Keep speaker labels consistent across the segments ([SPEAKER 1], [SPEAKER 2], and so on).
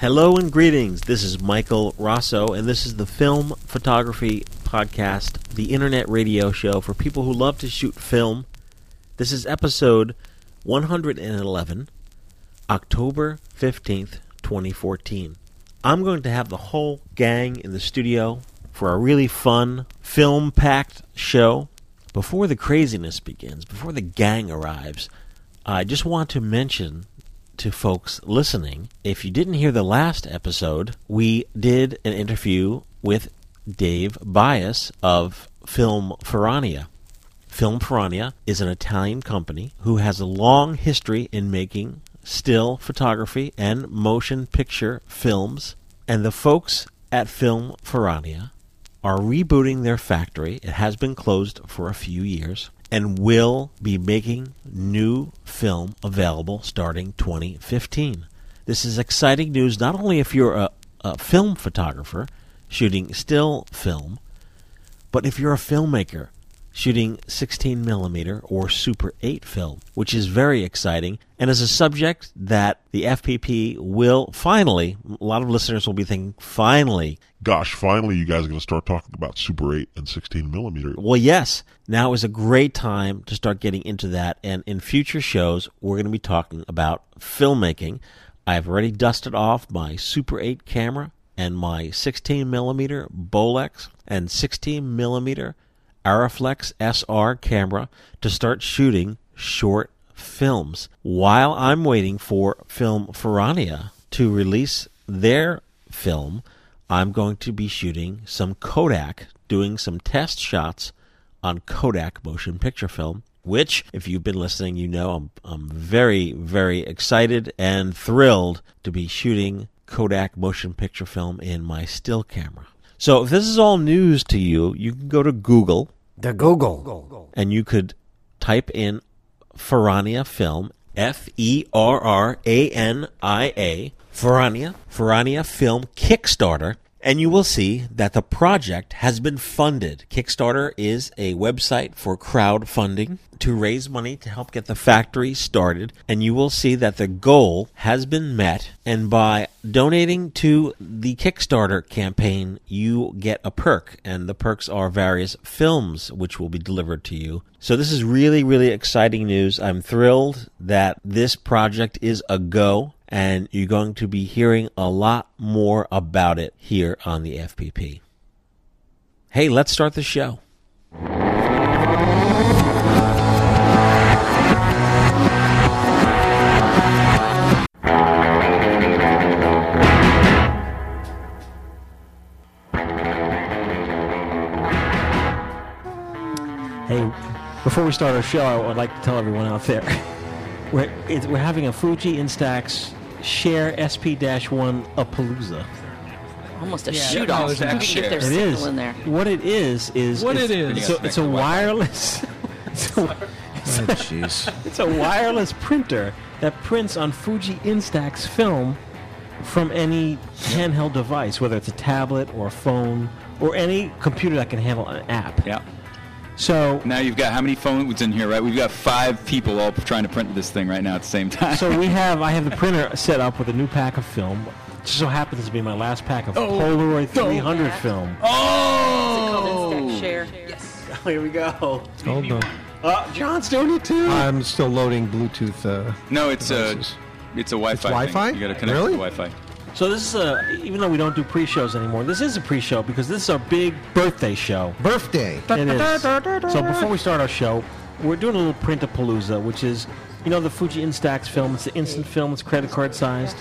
[SPEAKER 1] Hello and greetings. This is Michael Rosso, and this is the Film Photography Podcast, the internet radio show for people who love to shoot film. This is episode 111, October 15th, 2014. I'm going to have the whole gang in the studio for a really fun, film packed show. Before the craziness begins, before the gang arrives, I just want to mention to folks listening if you didn't hear the last episode, we did an interview with Dave Bias of Film Ferrania. Film Ferrania is an Italian company who has a long history in making still photography and motion picture films. And the folks at Film Ferrania are rebooting their factory. It has been closed for a few years and will be making new film available starting 2015. This is exciting news not only if you're a, a film photographer shooting still film, but if you're a filmmaker shooting 16 millimeter or Super 8 film, which is very exciting and is a subject that the FPP will finally, a lot of listeners will be thinking, finally.
[SPEAKER 2] Gosh, finally, you guys are going to start talking about Super 8 and 16 millimeter.
[SPEAKER 1] Well, yes, now is a great time to start getting into that. And in future shows, we're going to be talking about filmmaking. I've already dusted off my Super 8 camera and my 16 millimeter Bolex and 16 millimeter Araflex SR camera to start shooting short films while I'm waiting for Film Ferrania to release their film. I'm going to be shooting some Kodak, doing some test shots on Kodak motion picture film, which, if you've been listening, you know I'm, I'm very, very excited and thrilled to be shooting Kodak motion picture film in my still camera. So if this is all news to you, you can go to Google
[SPEAKER 3] The Google.
[SPEAKER 1] and you could type in Ferrania Film, F E R R A N I A, Ferrania, Ferrania Film Kickstarter, and you will see that the project has been funded. Kickstarter is a website for crowdfunding to raise money to help get the factory started, and you will see that the goal has been met. And by donating to the Kickstarter campaign, you get a perk, and the perks are various films which will be delivered to you. So this is really, really exciting news. I'm thrilled that this project is a go, and you're going to be hearing a lot more about it here on the FPP. Hey, let's start the show.
[SPEAKER 4] Hey, before we start our show, I would like to tell everyone out there we're, it's, we're having a Fuji Instax Share SP 1 a palooza.
[SPEAKER 5] almost a
[SPEAKER 6] Yeah,
[SPEAKER 5] shoot
[SPEAKER 6] that
[SPEAKER 5] off.
[SPEAKER 6] was
[SPEAKER 5] You can
[SPEAKER 6] actually-
[SPEAKER 5] get their
[SPEAKER 6] It
[SPEAKER 4] It
[SPEAKER 5] signal
[SPEAKER 4] is.
[SPEAKER 5] in there.
[SPEAKER 4] What it is is
[SPEAKER 6] What
[SPEAKER 4] it's,
[SPEAKER 6] it is.
[SPEAKER 4] It's a, it's a wireless. it's, a,
[SPEAKER 7] Jeez.
[SPEAKER 4] it's a wireless printer that prints on Fuji Instax film from any handheld device, whether it's a tablet or a phone or any computer that can handle an app.
[SPEAKER 6] Yeah.
[SPEAKER 4] So
[SPEAKER 6] Now you've got how many phones in here, right? We've got five people all trying to print this thing right now at the same time.
[SPEAKER 4] So we have, I have the printer set up with a new pack of film. Just so happens to be my last pack of Polaroid 300 film.
[SPEAKER 6] oh!
[SPEAKER 5] Share.
[SPEAKER 1] Here we go.
[SPEAKER 7] Hold on.
[SPEAKER 4] Uh, John's doing it too.
[SPEAKER 7] I'm still loading Bluetooth. Uh,
[SPEAKER 6] No, it's a
[SPEAKER 7] Devices.
[SPEAKER 6] it's a Wi-Fi.
[SPEAKER 7] It's
[SPEAKER 6] thing.
[SPEAKER 7] Wi-Fi?
[SPEAKER 6] You got to connect
[SPEAKER 7] Really?
[SPEAKER 6] to Wi-Fi.
[SPEAKER 4] So this is a, even though we don't do pre-shows anymore, this is a pre-show because this is our big birthday show.
[SPEAKER 7] birthday.
[SPEAKER 4] It is. So before we start our show, we're doing a little print of Palooza, which is, you know, the Fuji Instax film. It's an instant film. It's credit card sized.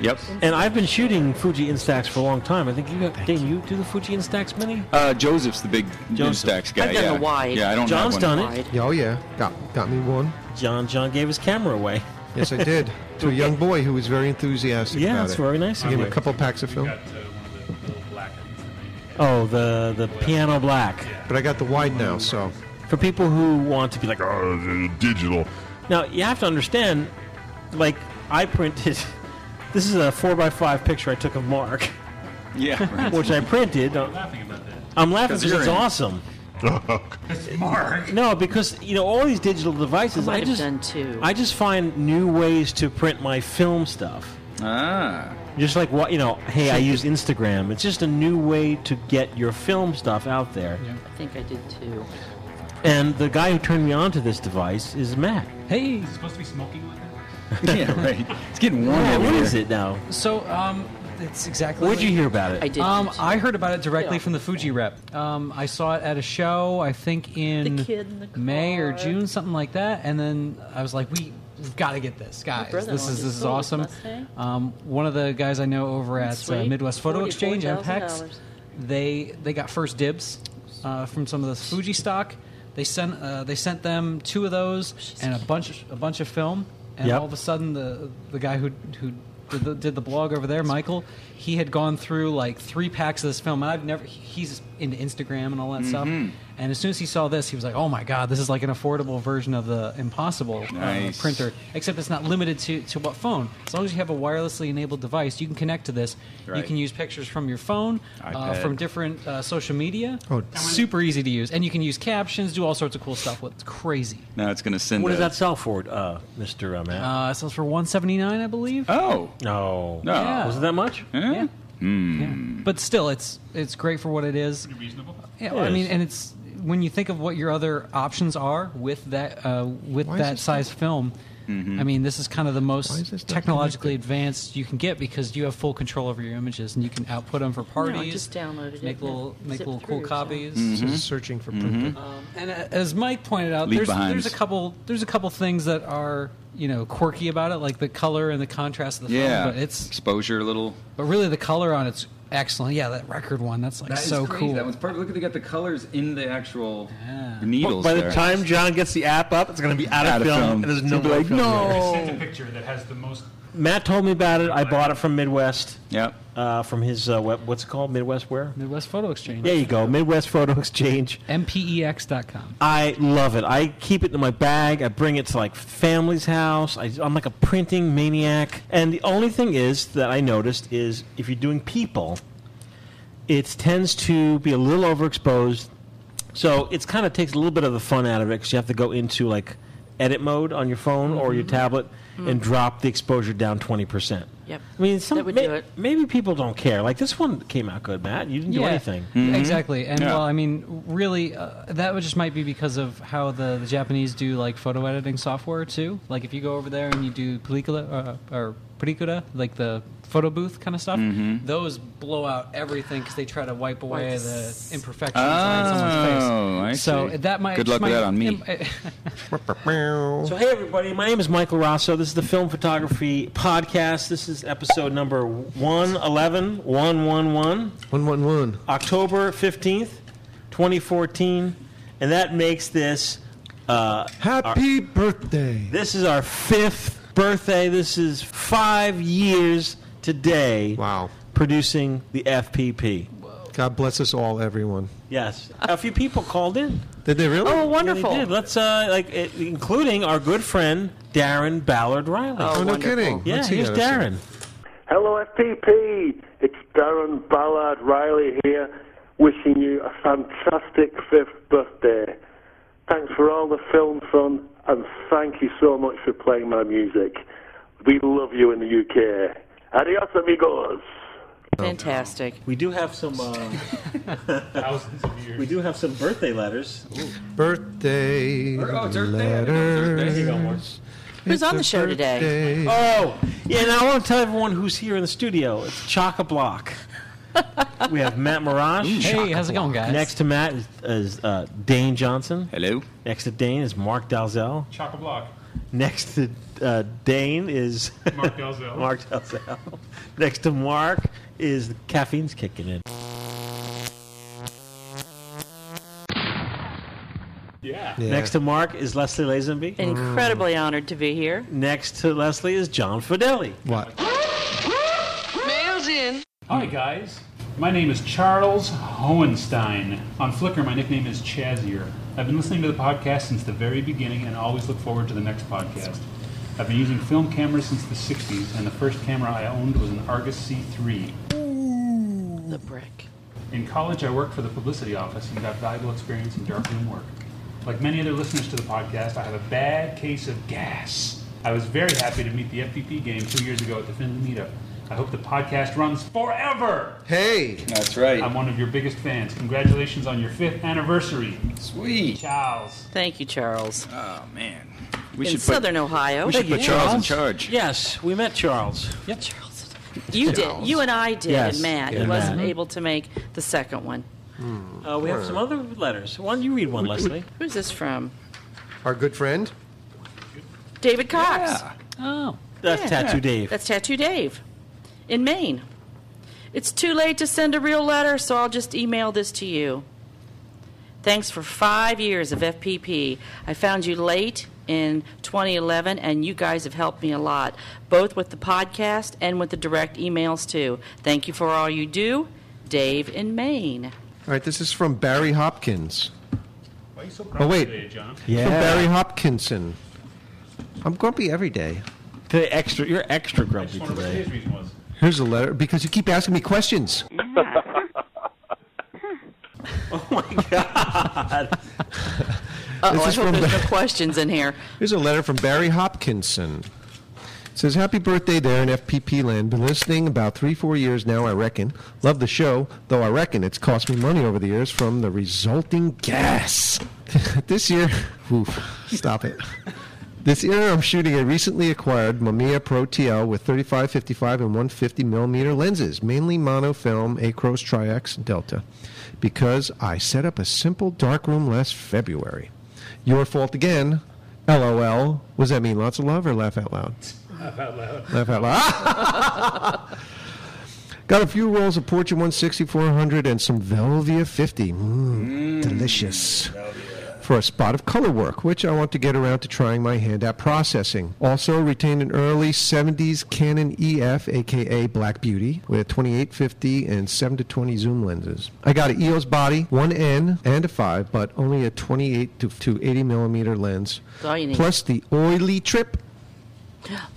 [SPEAKER 6] Yep.
[SPEAKER 4] And I've been shooting Fuji Instax for a long time. I think you, got, Dane, you do the Fuji Instax mini?
[SPEAKER 6] Uh, Joseph's the big
[SPEAKER 4] Joseph.
[SPEAKER 6] Instax guy.
[SPEAKER 5] I've done
[SPEAKER 6] yeah.
[SPEAKER 5] the wide.
[SPEAKER 6] Yeah, I don't
[SPEAKER 4] John's
[SPEAKER 6] have one.
[SPEAKER 4] done it.
[SPEAKER 5] Wide.
[SPEAKER 7] Oh yeah, got got me one.
[SPEAKER 4] John, John gave his camera away.
[SPEAKER 7] Yes, I did. to a young boy who was very enthusiastic.
[SPEAKER 4] Yeah,
[SPEAKER 7] about
[SPEAKER 4] that's
[SPEAKER 7] it.
[SPEAKER 4] very nice
[SPEAKER 7] I
[SPEAKER 4] of
[SPEAKER 7] gave him
[SPEAKER 4] you.
[SPEAKER 7] a couple packs of film,
[SPEAKER 4] Oh, the the piano black.
[SPEAKER 7] but I got the wide now. So
[SPEAKER 4] For people who want to be like, "Oh."
[SPEAKER 2] Uh, digital.
[SPEAKER 4] now you have to understand, like I printed. This is a four by five picture I took of Mark,
[SPEAKER 6] Yeah. Right.
[SPEAKER 4] which I printed. I'm laughing about that. I'm laughing
[SPEAKER 6] 'Cause
[SPEAKER 4] because
[SPEAKER 6] you're
[SPEAKER 4] it's
[SPEAKER 6] in it.
[SPEAKER 4] awesome. Mark. No, because you know all these digital devices.
[SPEAKER 5] Might
[SPEAKER 4] I
[SPEAKER 5] have
[SPEAKER 4] just
[SPEAKER 5] done two.
[SPEAKER 4] I just find new ways to print my film stuff.
[SPEAKER 6] Ah.
[SPEAKER 4] Just like what you know, hey, I use Instagram. It's just a new way to get your film stuff out there.
[SPEAKER 3] I think I did too.
[SPEAKER 4] Oh. And the guy who turned me on to this device is Matt.
[SPEAKER 5] Hey.
[SPEAKER 8] supposed to be smoking like that?
[SPEAKER 6] yeah, right. It's getting warm
[SPEAKER 4] Yeah,
[SPEAKER 6] over
[SPEAKER 4] what
[SPEAKER 6] here.
[SPEAKER 4] is it now?
[SPEAKER 5] So, um, it's exactly.
[SPEAKER 4] Where'd you hear about it?
[SPEAKER 3] I did.
[SPEAKER 5] Um,
[SPEAKER 3] too.
[SPEAKER 5] I heard about it directly
[SPEAKER 3] Yeah.
[SPEAKER 5] from the Fuji rep. Um, I saw it at a show, I think in,
[SPEAKER 3] The kid in the
[SPEAKER 5] May or
[SPEAKER 3] car.
[SPEAKER 5] June, something like that. And then I was like, we, we've got to get this, guys.
[SPEAKER 3] brother
[SPEAKER 5] This
[SPEAKER 3] wanted
[SPEAKER 5] is this is
[SPEAKER 3] sold his
[SPEAKER 5] awesome.
[SPEAKER 3] Mustang.
[SPEAKER 5] Um, one of the guys I know over at uh,
[SPEAKER 3] Sweet.
[SPEAKER 5] Midwest Photo Exchange, MPEX,
[SPEAKER 3] $44,000.
[SPEAKER 5] they they got first dibs uh, from some of this Fuji stock. They sent uh, they sent them two of those and a bunch a bunch of film. And
[SPEAKER 4] Yep.
[SPEAKER 5] all of a sudden, the the guy who who did the, did the blog over there, Michael, he had gone through like three packs of this film. And I've never he's into Instagram and all that stuff.
[SPEAKER 6] Mm-hmm.
[SPEAKER 5] And as soon as he saw this, he was like, "Oh my god, this is like an affordable version of the Impossible uh,
[SPEAKER 6] Nice.
[SPEAKER 5] printer, except it's not limited to to what phone. As long as you have a wirelessly enabled device, you can connect to this. You
[SPEAKER 6] Right.
[SPEAKER 5] can use pictures from your phone, uh,
[SPEAKER 6] iPad.
[SPEAKER 5] from different uh, social media.
[SPEAKER 7] Oh.
[SPEAKER 5] super easy to use, and you can use captions, do all sorts of cool stuff with. It's crazy.
[SPEAKER 6] Now it's going to send
[SPEAKER 4] What does
[SPEAKER 6] a-
[SPEAKER 4] that sell for, uh, Mister uh, Matt?
[SPEAKER 5] Uh, it sells for one seventy nine, I believe.
[SPEAKER 6] Oh.
[SPEAKER 4] no,
[SPEAKER 6] No.
[SPEAKER 5] Yeah.
[SPEAKER 4] was it that much?
[SPEAKER 6] Eh?
[SPEAKER 5] Yeah. Yeah. But still, it's it's great for what it is.
[SPEAKER 8] Pretty reasonable.
[SPEAKER 5] Yeah, well, I mean,
[SPEAKER 4] Yes.
[SPEAKER 5] and it's when you think of what your other options are with that uh, with
[SPEAKER 7] Why is
[SPEAKER 5] that
[SPEAKER 7] this
[SPEAKER 5] size film. I mean, this is kind of the
[SPEAKER 7] Why is this
[SPEAKER 5] most
[SPEAKER 7] not
[SPEAKER 5] technologically advanced you can get because you have full control over your images and you can output them for parties.
[SPEAKER 3] just downloaded it
[SPEAKER 5] Make
[SPEAKER 3] and
[SPEAKER 5] little make
[SPEAKER 3] zipped
[SPEAKER 5] little
[SPEAKER 3] through
[SPEAKER 5] cool
[SPEAKER 3] or
[SPEAKER 5] copies.
[SPEAKER 4] Mm-hmm.
[SPEAKER 7] Just searching for printer.
[SPEAKER 5] Um, and uh, as Mike pointed out,
[SPEAKER 6] Leave
[SPEAKER 5] there's
[SPEAKER 6] behinds.
[SPEAKER 5] there's a couple there's a couple things that are you know quirky about it, like the color and the contrast of the
[SPEAKER 6] Yeah.
[SPEAKER 5] film. Oh, But it's
[SPEAKER 6] exposure a little.
[SPEAKER 5] but really the color on it's excellent. Yeah, that record one that's like
[SPEAKER 6] That is
[SPEAKER 5] so
[SPEAKER 6] crazy.
[SPEAKER 5] cool.
[SPEAKER 6] That one's perfect. Look at they got the colors in the actual needles.
[SPEAKER 7] By
[SPEAKER 6] there.
[SPEAKER 7] the time John gets the app up, it's going to be out,
[SPEAKER 6] Out
[SPEAKER 7] of
[SPEAKER 6] of
[SPEAKER 7] film,
[SPEAKER 6] film.
[SPEAKER 7] and there's
[SPEAKER 6] It's
[SPEAKER 7] no
[SPEAKER 6] gonna be
[SPEAKER 7] more
[SPEAKER 6] like,
[SPEAKER 7] film
[SPEAKER 6] no.
[SPEAKER 7] there.
[SPEAKER 8] I sent a picture that has the most.
[SPEAKER 4] Matt told me about it. I bought it from Midwest,
[SPEAKER 6] Yep.
[SPEAKER 4] uh, from his uh, web, what's it called? Midwest where?
[SPEAKER 5] Midwest Photo Exchange. E
[SPEAKER 4] There you go, Midwest Photo Exchange.
[SPEAKER 5] MPEX.com.
[SPEAKER 4] I love it. I keep it in my bag. I bring it to like family's house. I, I'm like a printing maniac. And the only thing is that I noticed is if you're doing people, it tends to be a little overexposed. So it's kind of takes a little bit of the fun out of it because you have to go into like edit mode on your phone or
[SPEAKER 3] Mm-hmm.
[SPEAKER 4] your tablet and drop the exposure down 20%.
[SPEAKER 3] Yep.
[SPEAKER 4] I mean, some,
[SPEAKER 3] That would
[SPEAKER 4] may-
[SPEAKER 3] do it.
[SPEAKER 4] maybe people don't care. Like this one came out good, Matt. You didn't do anything.
[SPEAKER 5] Exactly. And
[SPEAKER 6] Mm-hmm. Yeah.
[SPEAKER 5] well, I mean, really, uh, that would just might be because of how the, the Japanese do like photo editing software too. Like if you go over there and you do pellicula uh, or pellicula, like the photo booth kind of stuff,
[SPEAKER 6] Mm-hmm.
[SPEAKER 5] those blow out everything because they try to wipe away
[SPEAKER 3] Right.
[SPEAKER 5] the imperfections
[SPEAKER 6] Oh,
[SPEAKER 5] on
[SPEAKER 6] I
[SPEAKER 5] someone's face. so
[SPEAKER 6] see.
[SPEAKER 5] that might
[SPEAKER 6] Good luck
[SPEAKER 5] might-
[SPEAKER 6] with that on me.
[SPEAKER 5] it-
[SPEAKER 4] So, hey, everybody, my name is Michael Rosso. This is the Film Photography Podcast. This is episode number 111, 111,
[SPEAKER 7] One one one.
[SPEAKER 4] October 15th, 2014. And that makes this, uh,
[SPEAKER 7] Happy birthday.
[SPEAKER 4] this is our fifth birthday. This is five years today
[SPEAKER 7] Wow.
[SPEAKER 4] producing the FPP.
[SPEAKER 7] God bless us all, everyone.
[SPEAKER 4] Yes. A few people called in.
[SPEAKER 7] Did they really?
[SPEAKER 4] Yeah, they did. Let's, uh, like, it, including our good friend, Darren Ballard Riley.
[SPEAKER 7] Oh, no
[SPEAKER 3] wonderful.
[SPEAKER 7] kidding.
[SPEAKER 4] yeah,
[SPEAKER 7] Let's see
[SPEAKER 4] here's
[SPEAKER 7] that episode.
[SPEAKER 4] Darren.
[SPEAKER 9] Hello, FPP. It's Darren Ballard Riley here, wishing you a fantastic fifth birthday. Thanks for all the film fun, and thank you so much for playing my music. We love you in the UK. Adios, amigos.
[SPEAKER 3] Fantastic.
[SPEAKER 4] We do have some. Uh,
[SPEAKER 8] Thousands of years.
[SPEAKER 4] we do have some birthday letters.
[SPEAKER 7] Birthday.
[SPEAKER 6] Oh, it's Earth Day. I didn't know it was Earth Day.
[SPEAKER 7] Letters.
[SPEAKER 4] There you go, Mark.
[SPEAKER 3] Who's on the show
[SPEAKER 7] today?
[SPEAKER 4] Oh, yeah. Now I want to tell everyone who's here in the studio. It's chock a block. we have Matt Mirage.
[SPEAKER 5] hey, how's it going, guys?
[SPEAKER 4] Next to Matt is, is uh, Dane Johnson.
[SPEAKER 6] Hello.
[SPEAKER 4] Next to Dane is Mark Dalzell.
[SPEAKER 8] Chock a block.
[SPEAKER 4] Next to uh, Dane is
[SPEAKER 8] Mark Dalzell.
[SPEAKER 4] Mark Dalzell. Next to Mark is caffeine's kicking in.
[SPEAKER 8] Yeah.
[SPEAKER 7] Yeah.
[SPEAKER 4] Next to Mark is Leslie Lazenby.
[SPEAKER 3] Incredibly honored to be here.
[SPEAKER 4] Next to Leslie is John Fideli.
[SPEAKER 7] What?
[SPEAKER 8] Hi, guys. My name is Charles Hohenstein. On Flickr, my nickname is Chazier. I've been listening to the podcast since the very beginning and always look forward to the next podcast. I've been using film cameras since the 60s, and the first camera I owned was an Argus C3.
[SPEAKER 3] The brick.
[SPEAKER 8] In college, I worked for the publicity office and got valuable experience in darkroom work. Like many other listeners to the podcast, I have a bad case of gas. I was very happy to meet the FPP game two years ago at the Finley meetup. I hope the podcast runs forever.
[SPEAKER 7] Hey,
[SPEAKER 6] That's right.
[SPEAKER 8] I'm one of your biggest fans. Congratulations on your fifth anniversary,
[SPEAKER 6] Sweet.
[SPEAKER 8] Charles.
[SPEAKER 3] Thank you, Charles.
[SPEAKER 6] Oh man, we
[SPEAKER 3] In
[SPEAKER 6] should
[SPEAKER 3] Southern Ohio.
[SPEAKER 6] put, we should
[SPEAKER 4] Thank
[SPEAKER 6] put
[SPEAKER 4] you,
[SPEAKER 6] Charles in
[SPEAKER 4] Charles.
[SPEAKER 6] charge.
[SPEAKER 4] Yes, we met Charles.
[SPEAKER 5] Yep.
[SPEAKER 3] Charles. You did. You and I did,
[SPEAKER 4] Yes.
[SPEAKER 3] and Matt.
[SPEAKER 4] Yeah,
[SPEAKER 3] He wasn't
[SPEAKER 4] Matt. Mm-hmm.
[SPEAKER 3] able to make the second one.
[SPEAKER 4] Uh, we have some other letters. Why don't you read one, Leslie?
[SPEAKER 3] Who's this from?
[SPEAKER 7] our good friend.
[SPEAKER 3] David Cox.
[SPEAKER 5] Oh.
[SPEAKER 4] That's Tattoo Dave.
[SPEAKER 3] That's Tattoo Dave in Maine. It's too late to send a real letter, so I'll just email this to you. Thanks for five years of FPP. I found you late in 2011, and you guys have helped me a lot, both with the podcast and with the direct emails, too. Thank you for all you do, Dave in Maine.
[SPEAKER 7] All right, this is from Barry Hopkins.
[SPEAKER 8] Why are you so grumpy
[SPEAKER 7] Oh, wait.
[SPEAKER 8] today, John?
[SPEAKER 7] From Barry Hopkinson. I'm grumpy every day.
[SPEAKER 4] Today, extra. You're extra
[SPEAKER 8] I
[SPEAKER 4] grumpy
[SPEAKER 8] just wonder what
[SPEAKER 4] today.
[SPEAKER 8] today's reason was.
[SPEAKER 7] Here's a letter because you keep asking me questions.
[SPEAKER 6] Oh,
[SPEAKER 3] Uh-oh,
[SPEAKER 7] This
[SPEAKER 3] I
[SPEAKER 7] is
[SPEAKER 3] hope
[SPEAKER 7] from
[SPEAKER 3] there's
[SPEAKER 7] the-
[SPEAKER 3] no questions in here.
[SPEAKER 7] Here's a letter from Barry Hopkinson. It says, Happy birthday there in FPP land. Been listening about three, four years now, I reckon. Love the show, though I reckon it's cost me money over the years from the resulting gas. this year, oof, stop it. This year, I'm shooting a recently acquired Mamiya Pro TL with 35, 55, and 150 millimeter lenses, mainly monofilm Acros Tri-X Delta, because I set up a simple darkroom last February. Your fault again. LOL. What does that mean? Lots of love or laugh out loud? Laugh out loud. Got a few rolls of Portia 160, 400, and some Velvia 50. Mm, delicious. For a spot of color work, which I want to get around to trying my hand at processing. Also retained an early 70s Canon E EF, aka Black Beauty, with 2850 and 7 to 20 zoom lenses. I got an EOS body, one N and a 5, but only a 28 to, to 80 millimeter lens.
[SPEAKER 3] That's all you need.
[SPEAKER 7] Plus the oily trip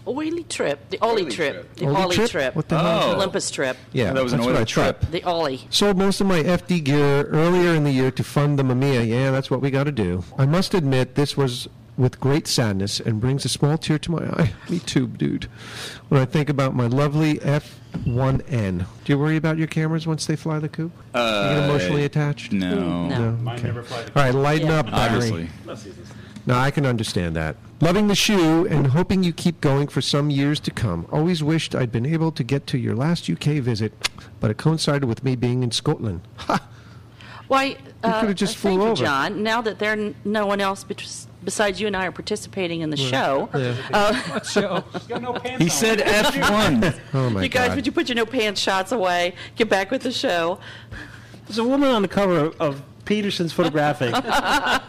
[SPEAKER 3] Oily trip. The Ollie trip.
[SPEAKER 6] trip.
[SPEAKER 3] The
[SPEAKER 7] Ollie
[SPEAKER 3] Ollie
[SPEAKER 7] trip?
[SPEAKER 3] trip.
[SPEAKER 7] What the hell
[SPEAKER 6] is that?
[SPEAKER 3] Olympus trip.
[SPEAKER 7] Yeah,
[SPEAKER 6] That was an
[SPEAKER 7] that's what
[SPEAKER 6] oily
[SPEAKER 7] I tried.
[SPEAKER 6] trip.
[SPEAKER 3] The Ollie.
[SPEAKER 7] Sold most of my FD gear earlier in the year to fund the Mamiya. Yeah, that's what we got to do. I must admit, this was with great sadness and brings a small tear to my eye. Me too, dude. When I think about my lovely F1N. Do you worry about your cameras once they fly the coop? you
[SPEAKER 6] Uh,
[SPEAKER 7] get emotionally attached?
[SPEAKER 6] No.
[SPEAKER 3] No.
[SPEAKER 8] Mine never applied.
[SPEAKER 7] All right, lighten
[SPEAKER 3] Yeah.
[SPEAKER 7] up, Barry.
[SPEAKER 6] Obviously.
[SPEAKER 7] No, I can understand that. Loving the shoe and hoping you keep going for some years to come. Always wished I'd been able to get to your last UK visit, but it coincided with me being in Scotland. Ha!
[SPEAKER 3] Why? Uh,
[SPEAKER 7] could've just
[SPEAKER 3] uh,
[SPEAKER 7] flew
[SPEAKER 3] thank you,
[SPEAKER 7] over.
[SPEAKER 3] John. Now that there n- no one else bet- besides you and I are participating in the show,
[SPEAKER 5] Show.
[SPEAKER 8] She's got no pants
[SPEAKER 6] He
[SPEAKER 8] on.
[SPEAKER 6] said F1.
[SPEAKER 7] Oh my
[SPEAKER 3] you guys,
[SPEAKER 7] God.
[SPEAKER 3] would you put your no pants shots away? Get back with the show.
[SPEAKER 4] There's a woman on the cover of, of Peterson's photographic.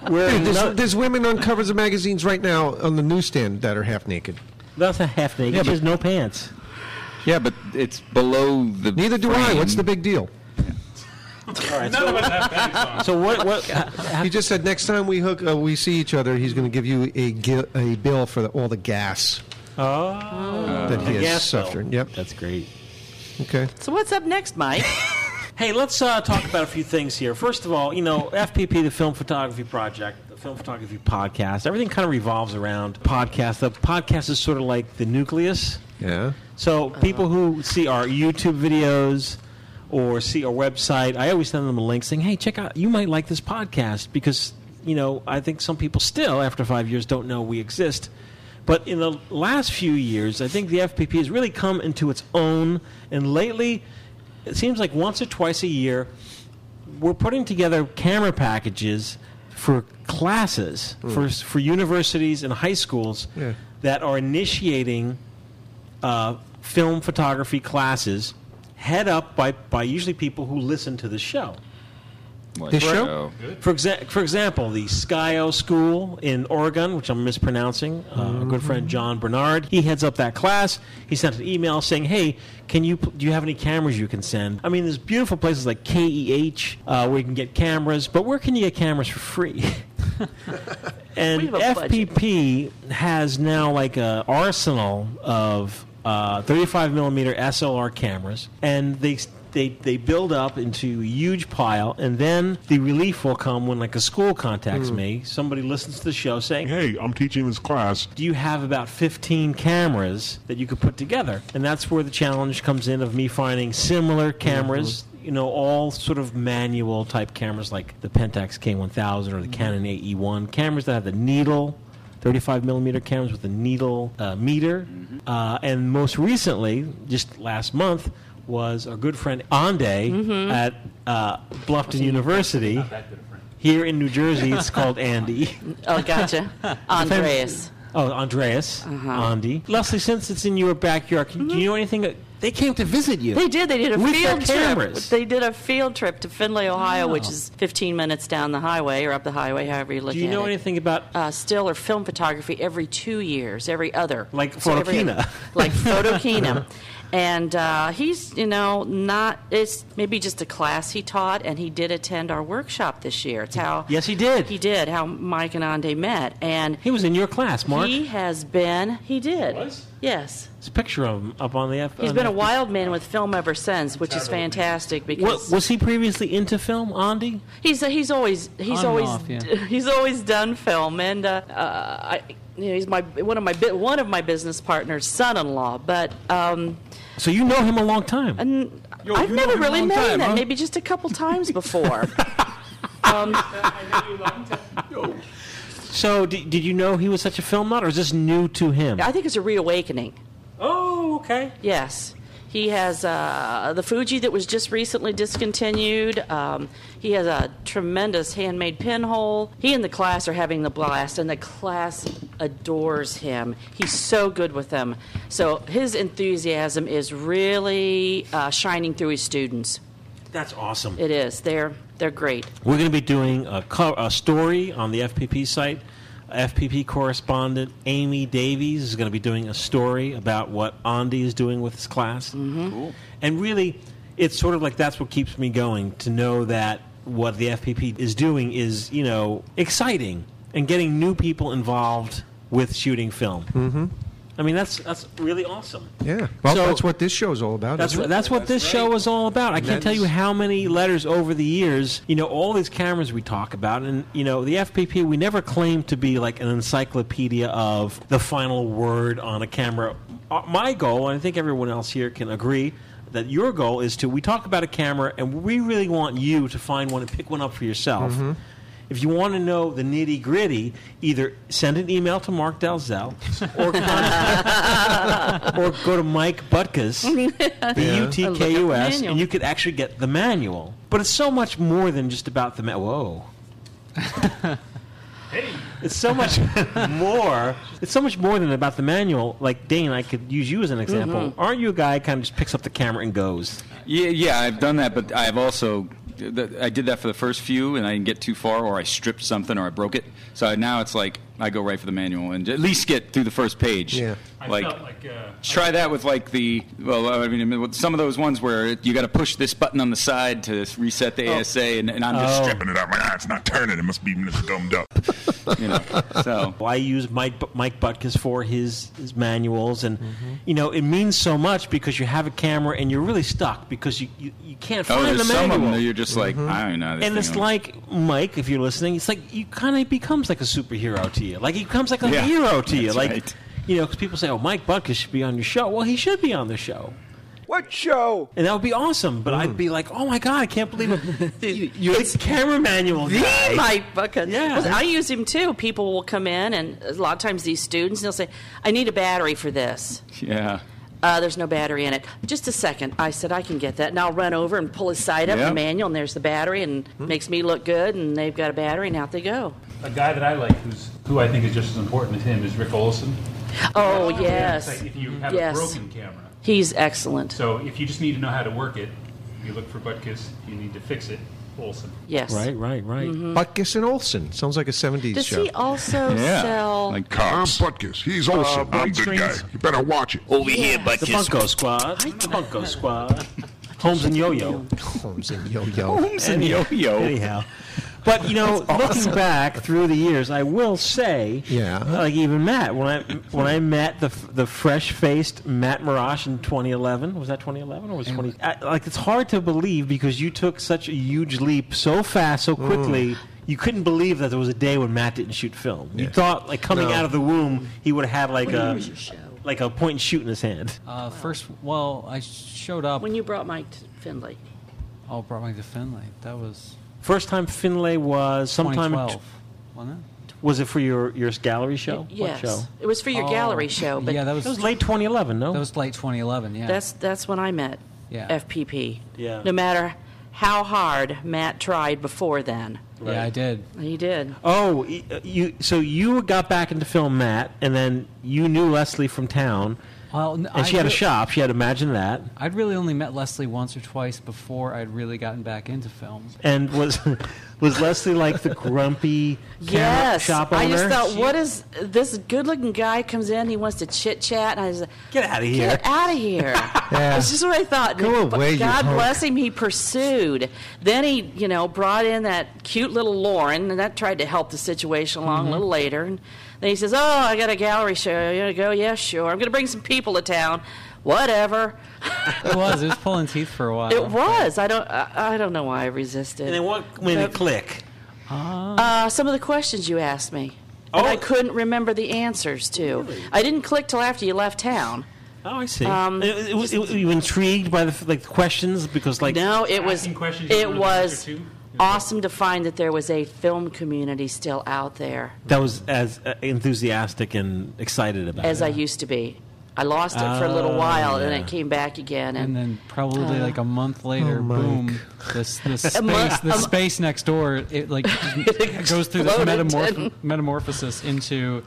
[SPEAKER 4] wearing
[SPEAKER 7] There's,
[SPEAKER 4] no-
[SPEAKER 7] there's women on covers of magazines right now on the newsstand that are half naked.
[SPEAKER 4] that's a half naked.
[SPEAKER 6] Yeah,
[SPEAKER 4] she has no pants.
[SPEAKER 6] yeah, but it's below the.
[SPEAKER 7] Neither do I.
[SPEAKER 6] frame.
[SPEAKER 7] What's the big deal?
[SPEAKER 8] None of us have pants on.
[SPEAKER 4] So
[SPEAKER 6] Oh,
[SPEAKER 4] what? What?
[SPEAKER 7] He just said next time we hook, uh, we see each other, he's going to give you a gi- a bill for the, all the gas
[SPEAKER 4] oh,
[SPEAKER 7] that he has
[SPEAKER 4] gas bill.
[SPEAKER 7] suffered. Yep.
[SPEAKER 4] that's great.
[SPEAKER 7] Okay.
[SPEAKER 3] So what's up next, Mike?
[SPEAKER 4] Hey, let's uh, talk about a few things here. First of all, you know, FPP, the Film Photography Project, the Film Photography Podcast, everything kind of revolves around podcast. The podcast is sort of like the nucleus.
[SPEAKER 7] Yeah.
[SPEAKER 4] So people who see our YouTube videos or see our website, I always send them a link saying, "Hey, check out. You might like this podcast because you know I think some people still, after five years, don't know we exist." But in the last few years, I think the FPP has really come into its own, and lately, it seems like once or twice a year, we're putting together camera packages for classes for for universities and high schools
[SPEAKER 7] Yeah.
[SPEAKER 4] that are initiating uh, film photography classes head up by, by usually people who listen to the show.
[SPEAKER 6] What?
[SPEAKER 7] This show?
[SPEAKER 6] Oh.
[SPEAKER 4] For, exa- for example, the Skyo School in Oregon, which I'm mispronouncing, uh, a
[SPEAKER 3] Mm-hmm.
[SPEAKER 4] good friend John Bernard, he heads up that class. He sent an email saying, "Hey, can you pl- do you have any cameras you can send?" I mean, there's beautiful places like KEH uh, where you can get cameras, but where can you get cameras for free? and
[SPEAKER 3] We have a budget.
[SPEAKER 4] FPP has now like a arsenal of uh, 35 millimeter SLR cameras, and they they they build up into a huge pile, and then the relief will come when like a school contacts me. Somebody listens to the show saying,
[SPEAKER 2] Hey, I'm teaching this class.
[SPEAKER 4] do you have about 15 cameras that you could put together? And that's where the challenge comes in of me finding similar cameras, you know, all sort of manual type cameras like the Pentax K1000 or the Canon AE1, cameras that have the needle. 35 millimeter cameras with a needle uh, meter. Uh, and most recently, just last month, was our good friend Ande at uh, Bluffton University
[SPEAKER 8] Back to the front.
[SPEAKER 4] here in New Jersey. It's called Andy.
[SPEAKER 3] Oh, gotcha. Andreas.
[SPEAKER 4] Oh, Andreas,
[SPEAKER 3] Uh-huh.
[SPEAKER 4] Andy, Leslie. Since it's in your backyard, can, do you know anything? uh, They came to visit you.
[SPEAKER 3] Mm-hmm. They did. They did a
[SPEAKER 4] With their
[SPEAKER 3] field trip.
[SPEAKER 4] cameras.
[SPEAKER 3] They did a field trip to Findlay, Ohio, which is 15 minutes down the highway or up the highway, however you look
[SPEAKER 4] do you
[SPEAKER 3] at
[SPEAKER 4] know
[SPEAKER 3] it.
[SPEAKER 4] anything about?
[SPEAKER 3] uh, still or film photography every two years, every other.
[SPEAKER 4] Like
[SPEAKER 3] every-
[SPEAKER 4] Photokina.
[SPEAKER 3] like Photokina. And uh, he's, you know, not, it's maybe just a class he taught, and he did attend our workshop this year. It's how.
[SPEAKER 4] Yes, he did.
[SPEAKER 3] He did, how Mike and Ande met. And
[SPEAKER 4] He was in your class, Mark.
[SPEAKER 3] he has been, he did.
[SPEAKER 8] Was?
[SPEAKER 3] Yes.
[SPEAKER 4] There's a picture of him up on the. F-
[SPEAKER 3] He's
[SPEAKER 4] on
[SPEAKER 3] been
[SPEAKER 4] the-
[SPEAKER 3] a wild man with film ever since, which is fantastic because
[SPEAKER 4] What, was he previously into film, Andy?
[SPEAKER 3] he's uh, he's always
[SPEAKER 5] On
[SPEAKER 3] he's
[SPEAKER 5] and
[SPEAKER 3] always
[SPEAKER 5] off, yeah.
[SPEAKER 3] he's always done film, and uh, uh, I, you know, he's my one of my bu- one of my business partners' son-in-law. But um,
[SPEAKER 4] So you know him a long time.
[SPEAKER 6] Yo,
[SPEAKER 3] I've
[SPEAKER 6] you know
[SPEAKER 3] never
[SPEAKER 6] him a
[SPEAKER 3] really
[SPEAKER 6] long
[SPEAKER 3] met him.
[SPEAKER 6] time, huh?
[SPEAKER 3] Maybe just a couple times before.
[SPEAKER 4] so did, did you know he was such a film nut, or is this new to him?
[SPEAKER 3] I think it's a reawakening.
[SPEAKER 4] oh, okay.
[SPEAKER 3] Yes. He has uh, the Fuji that was just recently discontinued. Um, he has a tremendous handmade pinhole. He and the class are having the blast, and the class adores him. He's so good with them. So his enthusiasm is really uh, shining through his students.
[SPEAKER 4] That's awesome.
[SPEAKER 3] It is. They're they're great.
[SPEAKER 4] We're going to be doing a, co- a story on the FPP site. FPP correspondent Amy Davies is going to be doing a story about what Andy is doing with his class. Mm-hmm. Cool. And really, it's sort of like that's what keeps me going to know that what the FPP is doing is, you know, exciting and getting new people involved with shooting film. Mm-hmm. I mean, that's that's really awesome.
[SPEAKER 7] Yeah. Well,
[SPEAKER 4] So-
[SPEAKER 7] that's what this show's all about.
[SPEAKER 4] That's
[SPEAKER 7] isn't
[SPEAKER 4] what, that's what this show is all about. I can't tell you how many letters over the years, you know, all these cameras we talk about, and you know, the FPP. We never claimed to be like an encyclopedia of the final word on a camera. Uh, My goal, and I think everyone else here can agree, that your goal is to we talk about a camera, and we really want you to find one and pick one up for yourself. If you want to know the nitty gritty, either send an email to Mark Dalzell or contact- or go to Mike Butkus, B U T K U
[SPEAKER 3] Look up
[SPEAKER 4] S,
[SPEAKER 3] manual.
[SPEAKER 4] and you could actually get the manual. But it's so much more than just about the ma- whoa. It's so much more. It's so much more than about the manual. Like Dane, I could use you as an example. Aren't you a guy kind of just picks up the camera and goes?
[SPEAKER 6] Yeah, yeah, I've done that, but I've also th- I did that for the first few, and I didn't get too far, or I stripped something, or I broke it. So now it's like I go right for the manual and at least get through the first page.
[SPEAKER 7] Yeah.
[SPEAKER 8] I
[SPEAKER 6] like.
[SPEAKER 8] felt like uh,
[SPEAKER 6] Try that with like the well. I mean, with some of those ones where you got to push this button on the side to reset
[SPEAKER 7] Oh.
[SPEAKER 6] the ASA, and, and I'm just
[SPEAKER 2] Stripping it out. My eye, it's not turning. It must be dumbed up.
[SPEAKER 6] you know. So
[SPEAKER 4] I use Mike, Mike Butkus for his, his manuals, and
[SPEAKER 6] Mm-hmm.
[SPEAKER 4] you know it means so much because you have a camera and you're really stuck because you, you, you can't
[SPEAKER 6] oh,
[SPEAKER 4] find the
[SPEAKER 6] there's some of
[SPEAKER 4] manual.
[SPEAKER 6] them that you're just
[SPEAKER 7] Mm-hmm.
[SPEAKER 6] like I don't know. This
[SPEAKER 4] and
[SPEAKER 6] thing
[SPEAKER 4] it's
[SPEAKER 6] will-
[SPEAKER 4] like Mike, if you're listening, it's like you kind of becomes like a superhero to you. Like he becomes like a
[SPEAKER 6] Yeah,
[SPEAKER 4] hero to you.
[SPEAKER 6] that's
[SPEAKER 4] Like
[SPEAKER 6] right.
[SPEAKER 4] you know, because people say, "Oh, Mike Butkus should be on your show." Well, he should be on the show. What show? And that would be awesome. But I'd be like, "Oh my god, I can't believe it!" you, you it's camera manual. guy.
[SPEAKER 3] The Mike Bucket.
[SPEAKER 4] Yeah.
[SPEAKER 3] Listen, I use him too. People will come in, and a lot of times these students, they'll say, "I need a battery for this."
[SPEAKER 6] yeah.
[SPEAKER 3] Uh, there's no battery in it. Just a second. I said, I can get that. And I'll run over and pull his side up,
[SPEAKER 6] Yeah.
[SPEAKER 3] the manual, and there's the battery, and makes me look good, and they've got a battery, and out they go.
[SPEAKER 8] a guy that I like, who's who I think is just as important as him, is Rick Olson.
[SPEAKER 3] Oh,
[SPEAKER 8] It's
[SPEAKER 3] yes.
[SPEAKER 8] like if you have
[SPEAKER 3] Yes.
[SPEAKER 8] a broken camera,
[SPEAKER 3] He's excellent.
[SPEAKER 8] so if you just need to know how to work it, you look for Butkus. You need to fix it. Olson.
[SPEAKER 3] Yes.
[SPEAKER 4] Right, right, right.
[SPEAKER 7] Butkus and Olson. Sounds like a 70s
[SPEAKER 3] Does
[SPEAKER 7] show.
[SPEAKER 3] he also
[SPEAKER 6] Yeah.
[SPEAKER 3] sell.
[SPEAKER 6] Like
[SPEAKER 2] I'm
[SPEAKER 6] cops.
[SPEAKER 2] Butkus. He's awesome. I'm the Uh, guy. You better watch it.
[SPEAKER 10] Over here, but
[SPEAKER 4] The Bunko Squad. The Bunko Squad. Holmes and Yo Yo.
[SPEAKER 7] Holmes and Yo Yo.
[SPEAKER 6] Holmes and Yo Yo.
[SPEAKER 4] Anyhow, But you know, looking back through the years, I will say,
[SPEAKER 7] Yeah.
[SPEAKER 4] like even Matt when I when I met the f- the fresh faced Matt Marash in 2011 was that 2011 or was 20? I, like it's hard to believe because you took such a huge leap so fast so
[SPEAKER 7] Mm.
[SPEAKER 4] quickly. You couldn't believe that there was a day when Matt didn't shoot film. You thought, like coming
[SPEAKER 7] No.
[SPEAKER 4] out of the womb, he would have had like a like a point and shoot in his hand.
[SPEAKER 5] Uh, first, well, I showed up.
[SPEAKER 3] When you brought Mike to Findlay.
[SPEAKER 5] oh, brought Mike to Finlay. That was
[SPEAKER 4] First time Finlay was sometime
[SPEAKER 5] 2012. Wasn't it?
[SPEAKER 4] was it for your your gallery show?
[SPEAKER 3] Yes.
[SPEAKER 4] What show?
[SPEAKER 3] It was for your
[SPEAKER 5] Oh,
[SPEAKER 3] gallery show, but
[SPEAKER 5] yeah, that was,
[SPEAKER 4] That was late 2011, no?
[SPEAKER 5] that was late 2011. Yeah,
[SPEAKER 3] that's that's when I met
[SPEAKER 5] Yeah.
[SPEAKER 3] FPP.
[SPEAKER 4] Yeah.
[SPEAKER 3] No matter how hard Matt tried before then,
[SPEAKER 4] right.
[SPEAKER 5] yeah, I did.
[SPEAKER 3] he did.
[SPEAKER 4] Oh, y- uh, you so you got back into film, Matt, and then you knew Leslie from town,
[SPEAKER 5] Well, n-
[SPEAKER 4] and she
[SPEAKER 5] I
[SPEAKER 4] had a
[SPEAKER 5] re-
[SPEAKER 4] shop. She had Imagine That,
[SPEAKER 5] I'd really only met Leslie once or twice before I'd really gotten back into film.
[SPEAKER 4] and was was Leslie like the grumpy camera
[SPEAKER 3] Yes.
[SPEAKER 4] shop owner?
[SPEAKER 3] I just thought, what is this good-looking guy comes in? He wants to chit chat, and I was like,
[SPEAKER 4] Get outta here.
[SPEAKER 3] Get out of here! That's just what I thought.
[SPEAKER 7] Go
[SPEAKER 3] But
[SPEAKER 7] away, you
[SPEAKER 3] God
[SPEAKER 7] punk.
[SPEAKER 3] bless him. He pursued. Then he, you know, brought in that cute little Lauren, and that tried to help the situation along
[SPEAKER 4] Mm-hmm.
[SPEAKER 3] a little later. And then he says, "Oh, I got a gallery show. You gonna go? Yeah, sure. I'm gonna bring some people to town. Whatever.
[SPEAKER 5] It was. It was pulling teeth for a while.
[SPEAKER 3] It was. I don't. I, I don't know why I resisted.
[SPEAKER 4] And then what? When it click?
[SPEAKER 3] Uh, some of the questions you asked me. And
[SPEAKER 4] Oh.
[SPEAKER 3] I couldn't remember the answers to. I didn't click till after you left town.
[SPEAKER 4] Oh, I see. It- it was- it- were you intrigued by the f- like the questions because like
[SPEAKER 3] No, it was
[SPEAKER 8] Asking questions you
[SPEAKER 3] it
[SPEAKER 8] don't know the
[SPEAKER 3] was
[SPEAKER 8] answer to?
[SPEAKER 3] awesome to find that there was a film community still out there
[SPEAKER 4] that was as uh, enthusiastic and excited about
[SPEAKER 3] as
[SPEAKER 4] it.
[SPEAKER 3] I used to be. I lost it for a little
[SPEAKER 4] Oh,
[SPEAKER 3] while and then
[SPEAKER 4] yeah.
[SPEAKER 3] it came back again
[SPEAKER 5] And
[SPEAKER 3] and,
[SPEAKER 5] then probably
[SPEAKER 3] Uh-huh.
[SPEAKER 5] like a month later,
[SPEAKER 4] Oh
[SPEAKER 7] Mike.
[SPEAKER 5] boom! This this
[SPEAKER 3] A month-
[SPEAKER 5] space,
[SPEAKER 3] a
[SPEAKER 5] the
[SPEAKER 3] mo-
[SPEAKER 5] space next door, it like
[SPEAKER 3] It
[SPEAKER 5] goes through this
[SPEAKER 3] exploded.
[SPEAKER 5] metamorph- metamorphosis into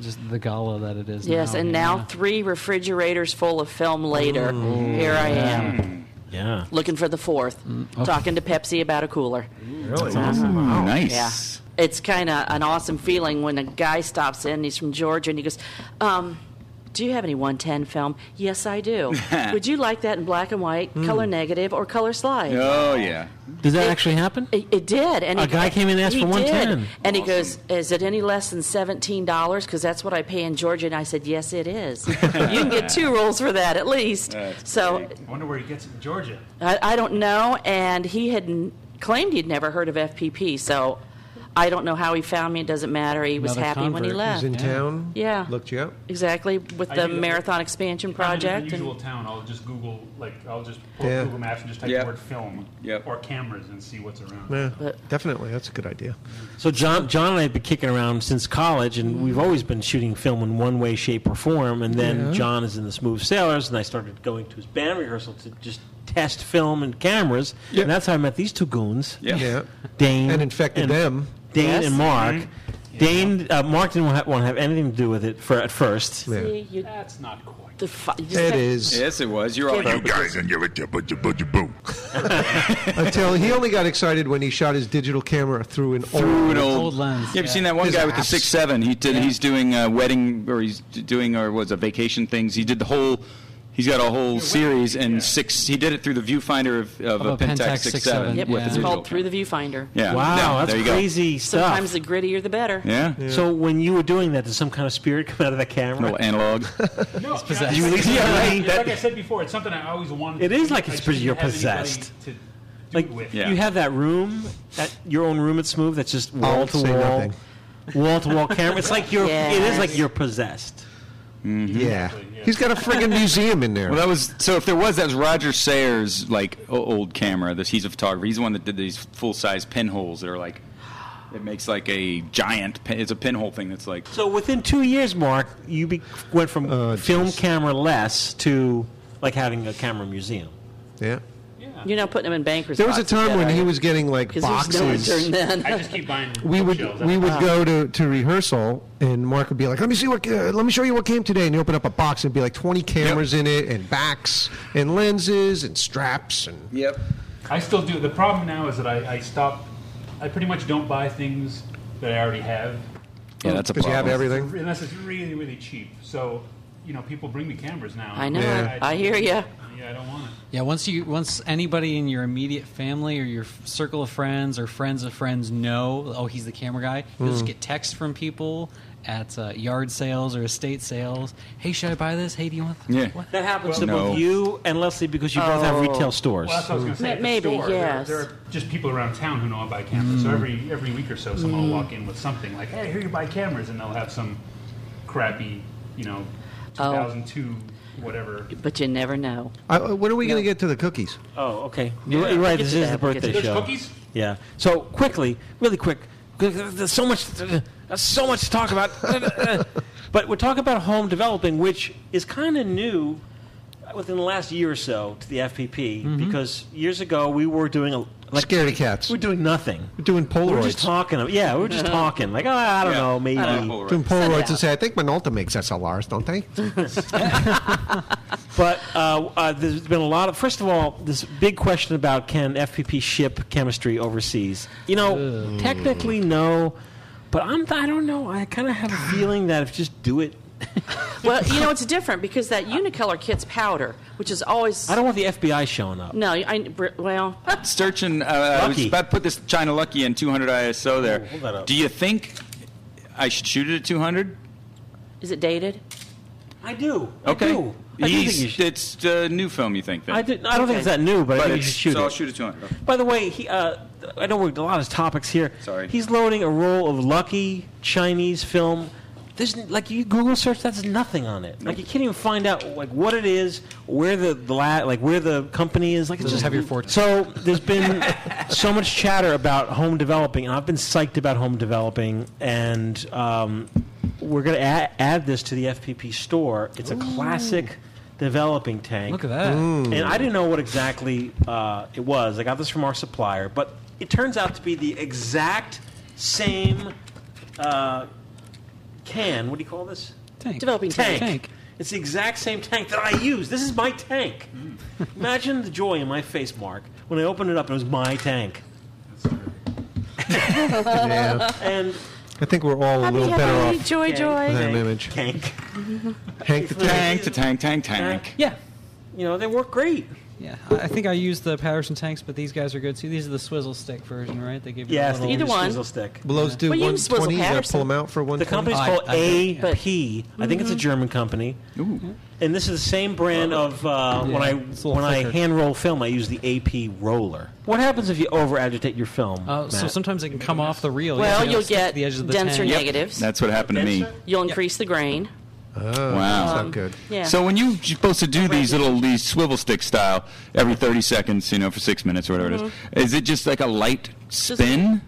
[SPEAKER 5] just the gala that it is.
[SPEAKER 3] yes,
[SPEAKER 5] now.
[SPEAKER 3] and now
[SPEAKER 5] Yeah.
[SPEAKER 3] three refrigerators full of film later. Here I am
[SPEAKER 4] yeah.
[SPEAKER 3] looking for the fourth, talking to Pepsi about a cooler. Yeah.
[SPEAKER 6] nice.
[SPEAKER 3] It's kind of an awesome feeling when a guy stops in, he's from Georgia, and he goes, um, Do you have any 110 film? Yes, I do. Would you like that in black and white,
[SPEAKER 4] Hmm.
[SPEAKER 3] color negative, or color slide?
[SPEAKER 6] Oh yeah.
[SPEAKER 4] Does that actually happen?
[SPEAKER 3] It, it did. And
[SPEAKER 4] A
[SPEAKER 3] he-
[SPEAKER 4] guy came in and asked
[SPEAKER 3] he
[SPEAKER 4] for
[SPEAKER 3] did.
[SPEAKER 4] 110.
[SPEAKER 3] And he goes, Is it any less than $17? Because that's what I pay in Georgia. And I said, Yes, it is. you can get two rolls for that at least.
[SPEAKER 6] That's
[SPEAKER 3] so
[SPEAKER 6] great.
[SPEAKER 8] I wonder where he gets it in Georgia.
[SPEAKER 3] I, I don't know, and he had n- claimed he'd never heard of FPP, so I don't know how he found me. It doesn't matter. He was
[SPEAKER 5] Another
[SPEAKER 3] happy when he
[SPEAKER 5] convert.
[SPEAKER 3] left.
[SPEAKER 7] was in town.
[SPEAKER 3] Oh, Yeah.
[SPEAKER 7] Looked you up.
[SPEAKER 3] exactly with
[SPEAKER 8] I
[SPEAKER 3] the
[SPEAKER 8] do that.
[SPEAKER 3] marathon expansion project.
[SPEAKER 8] If I'm in an
[SPEAKER 3] and-
[SPEAKER 8] unusual town. I'll just Google, like, I'll just pull up
[SPEAKER 7] Yeah.
[SPEAKER 8] Google Maps and just type
[SPEAKER 6] Yep.
[SPEAKER 8] the word film
[SPEAKER 6] Yep.
[SPEAKER 8] or cameras and see what's around.
[SPEAKER 7] Yeah,
[SPEAKER 3] But-
[SPEAKER 7] definitely. That's a good idea.
[SPEAKER 4] So John, John and I have been kicking around since college, and we've always been shooting film in one way, shape, or form. And then John is in the Smooth Sailors, and I started going to his band rehearsal to just test film and cameras.
[SPEAKER 7] Yeah.
[SPEAKER 4] And that's how I met these two goons,
[SPEAKER 6] Yeah.
[SPEAKER 7] Yeah.
[SPEAKER 4] Dane
[SPEAKER 7] And infected them.
[SPEAKER 4] Dane
[SPEAKER 3] Yes.
[SPEAKER 4] and Mark.
[SPEAKER 6] Mm-hmm.
[SPEAKER 4] Dane, uh, Mark didn't want to have anything to do with it for at first.
[SPEAKER 7] Yeah.
[SPEAKER 3] See, you-
[SPEAKER 8] That's not quite.
[SPEAKER 3] the fi- you just
[SPEAKER 7] It
[SPEAKER 3] have-
[SPEAKER 7] is.
[SPEAKER 6] Yes, it was. You're all
[SPEAKER 3] You
[SPEAKER 2] guys and you're a budget budget boom.
[SPEAKER 7] Until he only got excited when he shot his digital camera through an
[SPEAKER 6] through
[SPEAKER 7] old.
[SPEAKER 6] an old,
[SPEAKER 5] Old lens,
[SPEAKER 6] You ever
[SPEAKER 5] yeah.
[SPEAKER 6] seen that one
[SPEAKER 7] His
[SPEAKER 6] guy with the
[SPEAKER 7] abs.
[SPEAKER 6] six seven? He did. He's doing a wedding, or he's d- doing, or was a vacation things. He did the whole. He's got a whole series and six. He did it through the viewfinder of, of, a Pentax six seven.
[SPEAKER 5] Yep,
[SPEAKER 6] with
[SPEAKER 5] yeah.
[SPEAKER 6] a
[SPEAKER 3] It's
[SPEAKER 6] digital
[SPEAKER 3] called Through the Viewfinder.
[SPEAKER 6] Yeah.
[SPEAKER 4] Wow,
[SPEAKER 6] Yeah,
[SPEAKER 4] that's
[SPEAKER 6] there you go.
[SPEAKER 4] crazy stuff.
[SPEAKER 3] Sometimes the grittier the better.
[SPEAKER 6] Yeah.
[SPEAKER 4] So when you were doing that, did some kind of spirit come out of the camera?
[SPEAKER 6] Little analog.
[SPEAKER 8] No, it's
[SPEAKER 5] possessed.
[SPEAKER 4] You release- yeah, right.
[SPEAKER 8] Like I said before, it's something I always wanted.
[SPEAKER 4] It
[SPEAKER 8] to
[SPEAKER 4] is
[SPEAKER 8] do.
[SPEAKER 4] like
[SPEAKER 8] I
[SPEAKER 4] it's
[SPEAKER 8] just
[SPEAKER 4] pretty- you're
[SPEAKER 8] didn't have anybody
[SPEAKER 4] possessed.
[SPEAKER 8] To do
[SPEAKER 4] Like
[SPEAKER 8] it with.
[SPEAKER 6] Yeah.
[SPEAKER 4] you have that room, at your own room at Smooth that's just wall to
[SPEAKER 7] say
[SPEAKER 4] wall,
[SPEAKER 7] nothing.
[SPEAKER 4] wall to wall camera. It's like you're. It is like
[SPEAKER 3] Yes.
[SPEAKER 4] you're possessed.
[SPEAKER 7] Yeah.
[SPEAKER 8] yeah.
[SPEAKER 7] He's got a friggin' museum in there.
[SPEAKER 6] Well, that was so. If there was, that was Roger Sayers' like o- old camera. This he's a photographer. He's the one that did these full size pinholes that are like. It makes like a giant. Pin, it's a pinhole thing that's like.
[SPEAKER 4] So within two years, Mark, you be, went from
[SPEAKER 7] Oh,
[SPEAKER 4] film
[SPEAKER 7] jeez.
[SPEAKER 4] camera less to like having a camera museum.
[SPEAKER 7] yeah.
[SPEAKER 3] You're not putting them in bankers.
[SPEAKER 7] There was a
[SPEAKER 3] boxes
[SPEAKER 7] time
[SPEAKER 3] yet,
[SPEAKER 7] when
[SPEAKER 3] are
[SPEAKER 7] he
[SPEAKER 3] you?
[SPEAKER 7] was getting like
[SPEAKER 3] 'Cause there was no
[SPEAKER 7] boxes.
[SPEAKER 3] intern then.
[SPEAKER 8] I just keep buying.
[SPEAKER 7] We would
[SPEAKER 8] bookshelves.
[SPEAKER 7] we would go to, to rehearsal and Mark would be like, "Let me see what, uh, let me show you what came today." And he open up a box and it'd be like twenty cameras in it, and backs, and lenses, and straps, and
[SPEAKER 6] Yep.
[SPEAKER 8] I still do. The problem now is that I, I stop. I pretty much don't buy things that I already have
[SPEAKER 6] Yeah, that's a
[SPEAKER 7] because you
[SPEAKER 6] problem.
[SPEAKER 7] have everything.
[SPEAKER 8] unless it's really really cheap. So you know, people bring the cameras now.
[SPEAKER 3] I know.
[SPEAKER 7] Yeah.
[SPEAKER 3] I hear you.
[SPEAKER 8] Yeah, I don't want it.
[SPEAKER 5] Yeah, once you once anybody in your immediate family or your f- circle of friends or friends of friends know, oh, he's the camera guy. You'll just get texts from people at uh, yard sales or estate sales. Hey, should I buy this? Hey, do you want?
[SPEAKER 6] Yeah.
[SPEAKER 5] What?
[SPEAKER 4] That happens to
[SPEAKER 6] Well, no.
[SPEAKER 4] both you and Leslie because you both have
[SPEAKER 3] Oh.
[SPEAKER 4] retail stores.
[SPEAKER 8] Well, that's what I was going to say.
[SPEAKER 3] Ma-
[SPEAKER 8] At the
[SPEAKER 3] maybe,
[SPEAKER 8] store, there-
[SPEAKER 3] yes.
[SPEAKER 8] There, are just people around town who know about
[SPEAKER 4] Mm.
[SPEAKER 8] cameras. So every every week or so, someone
[SPEAKER 3] Mm.
[SPEAKER 8] will walk in with something like, "Hey, here you buy cameras," and they'll have some crappy, you know,
[SPEAKER 3] Oh.
[SPEAKER 8] 2002 whatever.
[SPEAKER 3] But you never know.
[SPEAKER 7] I, uh, when are we going to get to the cookies?
[SPEAKER 4] Oh, okay. You're you're right.
[SPEAKER 3] Get
[SPEAKER 4] This
[SPEAKER 3] to
[SPEAKER 4] is
[SPEAKER 3] that.
[SPEAKER 4] the
[SPEAKER 3] We'll get
[SPEAKER 4] birthday
[SPEAKER 3] to that.
[SPEAKER 4] show.
[SPEAKER 8] Cookies?
[SPEAKER 4] Yeah. So quickly, really quick. There's so much. There's so much to talk about. but we're talking about home developing, which is kind of new within the last year or so to the FPP because years ago we were doing a like
[SPEAKER 7] Mm-hmm. Scaredy cats.
[SPEAKER 4] We're doing nothing.
[SPEAKER 7] We're doing
[SPEAKER 4] We We're just
[SPEAKER 7] Polaroids.
[SPEAKER 4] talking. Yeah, we we're just talking. Like, oh, I don't
[SPEAKER 6] Yeah.
[SPEAKER 4] know, maybe.
[SPEAKER 6] Polaroid.
[SPEAKER 7] doing
[SPEAKER 3] Send it
[SPEAKER 7] Polaroids and
[SPEAKER 3] out.
[SPEAKER 7] say, I think Minolta makes SLRs, don't they?
[SPEAKER 4] But uh, uh, there's been a lot of. First of all, this big question about can FPP ship chemistry overseas? You know, technically no, but I'm. I don't know. I kind of have a feeling that if just do it.
[SPEAKER 3] Well, you know, it's different because that Unicolor kit's powder, which is always.
[SPEAKER 4] I don't want the FBI showing up.
[SPEAKER 3] No, I. br- Well,
[SPEAKER 6] Sturgeon, uh, I was
[SPEAKER 4] Lucky. Oh,
[SPEAKER 6] about to put this China Lucky in 200 ISO there.
[SPEAKER 4] hold that up.
[SPEAKER 6] Do you think I should shoot it at 200?
[SPEAKER 3] is it dated?
[SPEAKER 4] I do.
[SPEAKER 6] Okay.
[SPEAKER 4] I do. I do think
[SPEAKER 6] He's-
[SPEAKER 4] you should.
[SPEAKER 6] It's uh, new film, you think? Then?
[SPEAKER 4] I, did, I don't think it's that new, but, I
[SPEAKER 6] But
[SPEAKER 4] think you
[SPEAKER 6] it's-
[SPEAKER 4] should shoot
[SPEAKER 6] so I'll
[SPEAKER 4] it.
[SPEAKER 6] shoot at 200.
[SPEAKER 4] By the way, he, uh, I know we're a lot of topics here.
[SPEAKER 6] Sorry.
[SPEAKER 4] He's loading a roll of lucky Chinese film. There's n- like you Google search that's nothing on it. Like you can't even find out like what it is, where the, the la- like where the company is. Like it's just
[SPEAKER 5] have your fortune.
[SPEAKER 4] So there's been so much chatter about home developing, and I've been psyched about home developing, and um, we're gonna add, add this to the FPP store. It's a classic developing tank.
[SPEAKER 5] Look at that.
[SPEAKER 4] And I didn't know what exactly uh, it was. I got this from our supplier, but it turns out to be the exact same uh, can. What do you call this?
[SPEAKER 5] Tank.
[SPEAKER 3] Developing
[SPEAKER 4] Tank.
[SPEAKER 5] Tank.
[SPEAKER 4] It's the exact same tank that I use. This is my tank.
[SPEAKER 5] Hmm.
[SPEAKER 4] Imagine the joy in my face, Mark, when I opened it up. It was my tank,
[SPEAKER 7] yeah.
[SPEAKER 4] and
[SPEAKER 7] I think we're all a little
[SPEAKER 3] happy,
[SPEAKER 7] better
[SPEAKER 3] happy,
[SPEAKER 7] off
[SPEAKER 3] joy, joy.
[SPEAKER 7] with that
[SPEAKER 4] tank,
[SPEAKER 7] image.
[SPEAKER 4] tank,
[SPEAKER 7] Hank the Tank.
[SPEAKER 6] Tank to tank, tank, tank.
[SPEAKER 5] Yeah.
[SPEAKER 4] You know they work great.
[SPEAKER 5] Yeah, I I think I used the Patterson tanks, but these guys are good too. These are the swizzle stick version, right? They give you
[SPEAKER 4] Yeah,
[SPEAKER 5] the little,
[SPEAKER 3] Either
[SPEAKER 4] the
[SPEAKER 3] one.
[SPEAKER 4] Swizzle stick.
[SPEAKER 7] Will those do
[SPEAKER 3] Well, you can swizzle
[SPEAKER 7] 120? You got to
[SPEAKER 3] Patterson.
[SPEAKER 7] pull them out for
[SPEAKER 4] The
[SPEAKER 7] 120?
[SPEAKER 4] company's
[SPEAKER 5] I-
[SPEAKER 4] called
[SPEAKER 5] I Mm-hmm. think, yeah.
[SPEAKER 4] AP. I think it's a German company. And this is the same brand of uh, when I
[SPEAKER 5] it's a little
[SPEAKER 4] when I
[SPEAKER 5] thicker.
[SPEAKER 4] hand roll film, I use the AP roller. What happens if you over agitate your film?
[SPEAKER 5] Uh, so
[SPEAKER 4] Matt?
[SPEAKER 5] sometimes they can come off the reel.
[SPEAKER 3] Well,
[SPEAKER 5] you
[SPEAKER 3] you'll
[SPEAKER 5] stick to
[SPEAKER 3] get
[SPEAKER 5] the edge of the
[SPEAKER 3] denser
[SPEAKER 5] tank.
[SPEAKER 3] negatives.
[SPEAKER 6] That's what happened to me.
[SPEAKER 3] You'll increase the grain.
[SPEAKER 7] Oh,
[SPEAKER 6] Wow.
[SPEAKER 7] That's not good.
[SPEAKER 3] Yeah.
[SPEAKER 6] So when you- you're supposed to do these little these swivel stick style every 30 seconds, you know, for six minutes or whatever it is, is it just like a light spin,
[SPEAKER 3] Mm-hmm.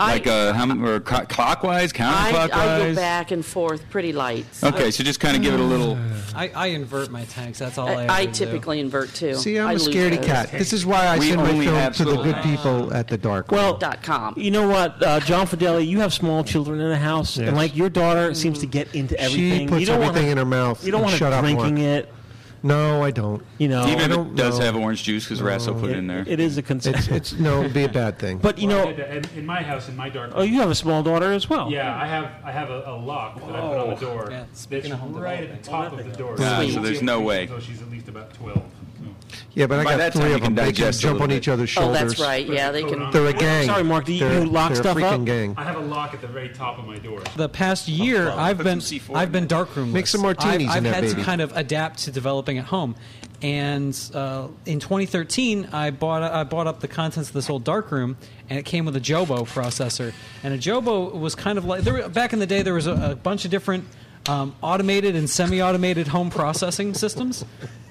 [SPEAKER 3] I-
[SPEAKER 6] like a how, m- or co- clockwise,
[SPEAKER 3] I,
[SPEAKER 6] counterclockwise?
[SPEAKER 3] I go back and forth pretty light.
[SPEAKER 7] Oh.
[SPEAKER 6] Okay, so just kind of give it a little.
[SPEAKER 5] I, I invert my tanks. That's all I. ever
[SPEAKER 3] I, I
[SPEAKER 5] do.
[SPEAKER 3] typically invert too.
[SPEAKER 7] See, I'm
[SPEAKER 3] I
[SPEAKER 7] a
[SPEAKER 3] lose
[SPEAKER 7] scaredy
[SPEAKER 3] those.
[SPEAKER 7] cat. This is why I
[SPEAKER 6] We
[SPEAKER 7] send my
[SPEAKER 6] only
[SPEAKER 7] film
[SPEAKER 6] have
[SPEAKER 7] to the
[SPEAKER 6] little-
[SPEAKER 7] good people at the dark.
[SPEAKER 4] well,
[SPEAKER 3] Dot com.
[SPEAKER 4] you know what, uh, John Fideli, you have small children in the house,
[SPEAKER 7] Yes.
[SPEAKER 4] and like your daughter seems to get into everything.
[SPEAKER 7] she puts
[SPEAKER 4] you don't
[SPEAKER 7] everything
[SPEAKER 4] want
[SPEAKER 7] in her mouth.
[SPEAKER 4] You don't
[SPEAKER 7] and
[SPEAKER 4] want
[SPEAKER 7] shut
[SPEAKER 4] her
[SPEAKER 7] up,
[SPEAKER 4] drinking
[SPEAKER 7] Mark.
[SPEAKER 4] it.
[SPEAKER 7] No, I don't.
[SPEAKER 4] You
[SPEAKER 5] Oh,
[SPEAKER 4] know,
[SPEAKER 6] Even
[SPEAKER 7] I
[SPEAKER 6] if it
[SPEAKER 7] don't
[SPEAKER 6] does
[SPEAKER 7] know.
[SPEAKER 6] have orange juice, because Rasso put it in there.
[SPEAKER 4] it is a concern.
[SPEAKER 7] It's, it's no, it'd be a bad thing.
[SPEAKER 4] but you
[SPEAKER 8] Well, I
[SPEAKER 4] know,
[SPEAKER 8] did that in, in my house, in my dark.
[SPEAKER 4] oh, you have a small daughter as well.
[SPEAKER 8] yeah, I have I have a, a lock that I put on the door.
[SPEAKER 5] Yeah,
[SPEAKER 8] that's
[SPEAKER 5] speaking of home
[SPEAKER 8] right
[SPEAKER 5] development.
[SPEAKER 8] at the top of the door.
[SPEAKER 6] Ah,
[SPEAKER 8] you
[SPEAKER 6] so
[SPEAKER 8] can
[SPEAKER 6] there's
[SPEAKER 8] see
[SPEAKER 6] no
[SPEAKER 8] it,
[SPEAKER 6] way.
[SPEAKER 8] Though "Oh, she's at least about 12.
[SPEAKER 7] yeah, but I
[SPEAKER 6] By
[SPEAKER 7] got
[SPEAKER 6] that time
[SPEAKER 7] three
[SPEAKER 6] you
[SPEAKER 7] of
[SPEAKER 6] can
[SPEAKER 7] them. They can
[SPEAKER 6] digest a
[SPEAKER 7] jump
[SPEAKER 6] little
[SPEAKER 7] on
[SPEAKER 6] bit.
[SPEAKER 7] each other's
[SPEAKER 3] Oh,
[SPEAKER 7] shoulders.
[SPEAKER 3] that's right. Yeah, they can.
[SPEAKER 7] They're a gang.
[SPEAKER 4] Sorry, Mark, do you-
[SPEAKER 7] They're-
[SPEAKER 4] you lock
[SPEAKER 7] they're a
[SPEAKER 4] stuff
[SPEAKER 7] freaking
[SPEAKER 4] up?
[SPEAKER 7] gang.
[SPEAKER 8] I have a lock at the very top of my door.
[SPEAKER 5] The past year, I've
[SPEAKER 6] Put
[SPEAKER 5] been
[SPEAKER 6] some C4
[SPEAKER 5] I've
[SPEAKER 6] in
[SPEAKER 5] been
[SPEAKER 6] there.
[SPEAKER 5] darkroom.
[SPEAKER 7] Make some
[SPEAKER 5] less.
[SPEAKER 7] martinis
[SPEAKER 5] I've,
[SPEAKER 7] in
[SPEAKER 5] I've
[SPEAKER 7] that
[SPEAKER 5] had
[SPEAKER 7] baby.
[SPEAKER 5] to kind of adapt to developing at home, and uh, in 2013, I bought I bought up the contents of this old darkroom, and it came with a Jobo processor. And a Jobo was kind of like there were, back in the day. There was a, a bunch of different um, automated and semi-automated home processing systems,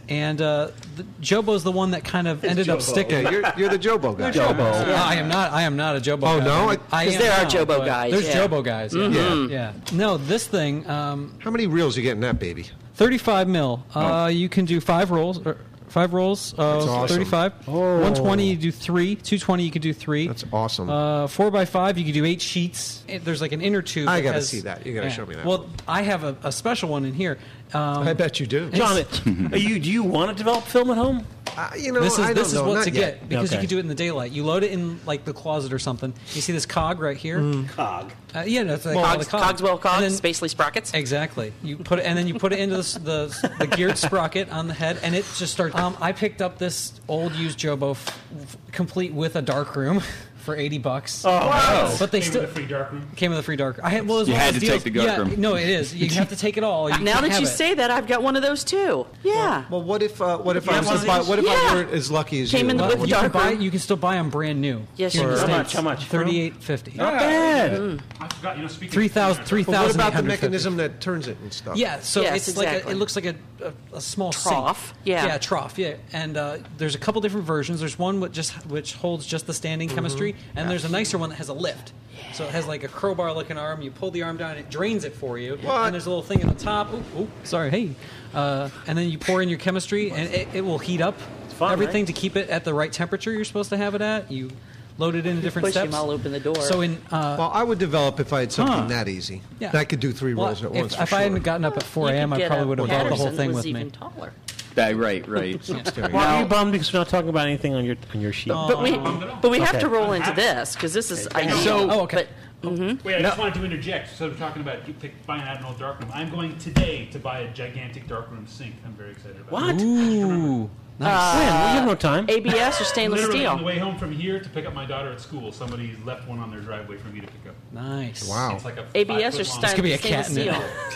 [SPEAKER 5] and uh, the, Jobo's the one that kind of ended up sticking.
[SPEAKER 7] Yeah, you're, you're the Jobo guy.
[SPEAKER 4] Jobo.
[SPEAKER 5] Well, I am not. I am not a Jobo.
[SPEAKER 7] Oh,
[SPEAKER 5] guy.
[SPEAKER 7] no?
[SPEAKER 5] I, I
[SPEAKER 3] 'Cause
[SPEAKER 5] am
[SPEAKER 3] there are
[SPEAKER 5] now,
[SPEAKER 3] Jobo
[SPEAKER 5] but
[SPEAKER 3] guys,
[SPEAKER 5] There's
[SPEAKER 3] yeah.
[SPEAKER 5] Jobo guys. Yeah.
[SPEAKER 7] Mhm.
[SPEAKER 5] yeah. No, this thing, um,
[SPEAKER 7] How many reels you get in that baby?
[SPEAKER 5] 35 mil. Uh, You can do five rolls. Or, Five rolls of
[SPEAKER 7] Oh. awesome.
[SPEAKER 5] 35.
[SPEAKER 7] Oh.
[SPEAKER 5] 120, you do three. 220, you can do three.
[SPEAKER 7] That's awesome.
[SPEAKER 5] Uh, four by five, you can do eight sheets. It- there's like an inner tube.
[SPEAKER 7] I gotta
[SPEAKER 5] because-
[SPEAKER 7] see that. You gotta show me that
[SPEAKER 5] Well,
[SPEAKER 7] one.
[SPEAKER 5] I have a, a special one in here. Um,
[SPEAKER 7] I bet you do.
[SPEAKER 4] John, are you, do you want to develop film at home?
[SPEAKER 7] I- you know,
[SPEAKER 5] this
[SPEAKER 7] Oh, I
[SPEAKER 5] is
[SPEAKER 7] don't
[SPEAKER 5] this is
[SPEAKER 7] know,
[SPEAKER 5] what
[SPEAKER 7] not
[SPEAKER 5] to
[SPEAKER 7] yet.
[SPEAKER 5] get because
[SPEAKER 4] Okay.
[SPEAKER 5] you can do it in the daylight. You load it in like the closet or something. You see this cog right here?
[SPEAKER 4] Cog.
[SPEAKER 5] Uh, yeah, that's like
[SPEAKER 3] Cogs, Cogswell cogs,
[SPEAKER 5] And then-
[SPEAKER 3] Spacely sprockets.
[SPEAKER 5] Exactly. You put it, and then you put it into the, s- the, s- the geared sprocket on the head, and it just starts. Um, I picked up this old used Jobo, f- f- complete with a dark room, for eighty bucks.
[SPEAKER 6] Oh, wow.
[SPEAKER 5] But they
[SPEAKER 8] Came
[SPEAKER 5] still
[SPEAKER 8] with a free dark room.
[SPEAKER 5] came with a free dark. I had, well, it was
[SPEAKER 6] You
[SPEAKER 5] one of
[SPEAKER 6] had
[SPEAKER 5] those
[SPEAKER 6] to take
[SPEAKER 5] deals-
[SPEAKER 6] the dark
[SPEAKER 5] yeah,
[SPEAKER 6] room.
[SPEAKER 5] No, it is. You have to take it all. You
[SPEAKER 3] Now
[SPEAKER 5] can't
[SPEAKER 3] that
[SPEAKER 5] have
[SPEAKER 3] you
[SPEAKER 5] it.
[SPEAKER 3] say that, I've got one of those too. Yeah.
[SPEAKER 7] Well, what if uh, what if
[SPEAKER 5] You
[SPEAKER 7] I
[SPEAKER 5] have
[SPEAKER 7] was
[SPEAKER 5] one
[SPEAKER 7] to
[SPEAKER 5] of
[SPEAKER 7] buy,
[SPEAKER 5] these?
[SPEAKER 7] what if I
[SPEAKER 3] Yeah.
[SPEAKER 7] were as lucky as
[SPEAKER 3] Came
[SPEAKER 7] you?
[SPEAKER 3] in
[SPEAKER 7] What-
[SPEAKER 3] with
[SPEAKER 7] what-
[SPEAKER 5] you can
[SPEAKER 3] dark
[SPEAKER 5] buy
[SPEAKER 3] room.
[SPEAKER 5] you can still buy them brand new.
[SPEAKER 3] Yes,
[SPEAKER 5] here
[SPEAKER 3] you
[SPEAKER 5] in the
[SPEAKER 3] can.
[SPEAKER 5] States.
[SPEAKER 3] How much?
[SPEAKER 4] How much?
[SPEAKER 5] Thirty-eight fifty.
[SPEAKER 6] Not bad.
[SPEAKER 8] I forgot. You know, speaking
[SPEAKER 5] Three
[SPEAKER 8] of cleaners,
[SPEAKER 5] thousand.
[SPEAKER 8] I-
[SPEAKER 5] Three
[SPEAKER 7] What
[SPEAKER 5] thousand.
[SPEAKER 7] about the mechanism that turns it and stuff?
[SPEAKER 5] Yeah, so
[SPEAKER 3] Yes,
[SPEAKER 5] it's like
[SPEAKER 3] exactly.
[SPEAKER 5] a, it looks like a, a, a small
[SPEAKER 3] Trough,
[SPEAKER 5] sink.
[SPEAKER 3] yeah.
[SPEAKER 5] yeah, trough, yeah. And uh, there's a couple different versions. There's one which just which holds just the
[SPEAKER 3] Mm-hmm.
[SPEAKER 5] standing chemistry, and there's a nicer one that has a lift. So it has like a crowbar looking arm. You pull the arm down, it drains it for you.
[SPEAKER 7] What?
[SPEAKER 5] And there's a little thing at the top. Ooh, ooh, sorry, hey. Uh, and then you pour in your chemistry, and it, it will heat up
[SPEAKER 1] fun,
[SPEAKER 5] everything
[SPEAKER 1] right?
[SPEAKER 5] to keep it at the right temperature you're supposed to have it at. You load it in different
[SPEAKER 3] push
[SPEAKER 5] steps.
[SPEAKER 3] him, I'll open the door.
[SPEAKER 5] So in uh,
[SPEAKER 7] Well, I would develop if I had something that easy.
[SPEAKER 5] yeah.
[SPEAKER 7] I could do three
[SPEAKER 5] Well,
[SPEAKER 7] rolls at
[SPEAKER 5] if,
[SPEAKER 7] once. for
[SPEAKER 5] If I hadn't
[SPEAKER 7] sure.
[SPEAKER 5] gotten up at 4
[SPEAKER 3] You
[SPEAKER 5] a.m.,
[SPEAKER 3] could
[SPEAKER 5] I
[SPEAKER 3] get
[SPEAKER 5] probably
[SPEAKER 3] a
[SPEAKER 5] would have bought the whole
[SPEAKER 3] Patterson
[SPEAKER 5] thing
[SPEAKER 3] was
[SPEAKER 5] with
[SPEAKER 3] even
[SPEAKER 5] me.
[SPEAKER 3] taller.
[SPEAKER 6] That- right, right.
[SPEAKER 4] Why are you bummed because we're not talking about anything on your on your sheet?
[SPEAKER 6] Oh.
[SPEAKER 3] But we, but we have to roll into this because this is ideal.
[SPEAKER 6] So-
[SPEAKER 5] Oh, Oh. okay.
[SPEAKER 3] But
[SPEAKER 8] Wait, I just wanted to interject. So we're talking about you pick, buying out an old dark room. I'm going today to buy a gigantic dark room sink. I'm very excited about it.
[SPEAKER 1] What?
[SPEAKER 5] Ooh, nice.
[SPEAKER 4] When? We have no time.
[SPEAKER 3] ABS or stainless
[SPEAKER 8] Literally on the
[SPEAKER 3] steel.
[SPEAKER 8] way home from here to pick up my daughter at school, somebody left one on their driveway for me to pick up.
[SPEAKER 5] nice.
[SPEAKER 7] Wow.
[SPEAKER 8] It's like a
[SPEAKER 3] ABS or
[SPEAKER 8] five-foot long-
[SPEAKER 3] stainless,
[SPEAKER 5] could be a
[SPEAKER 3] stainless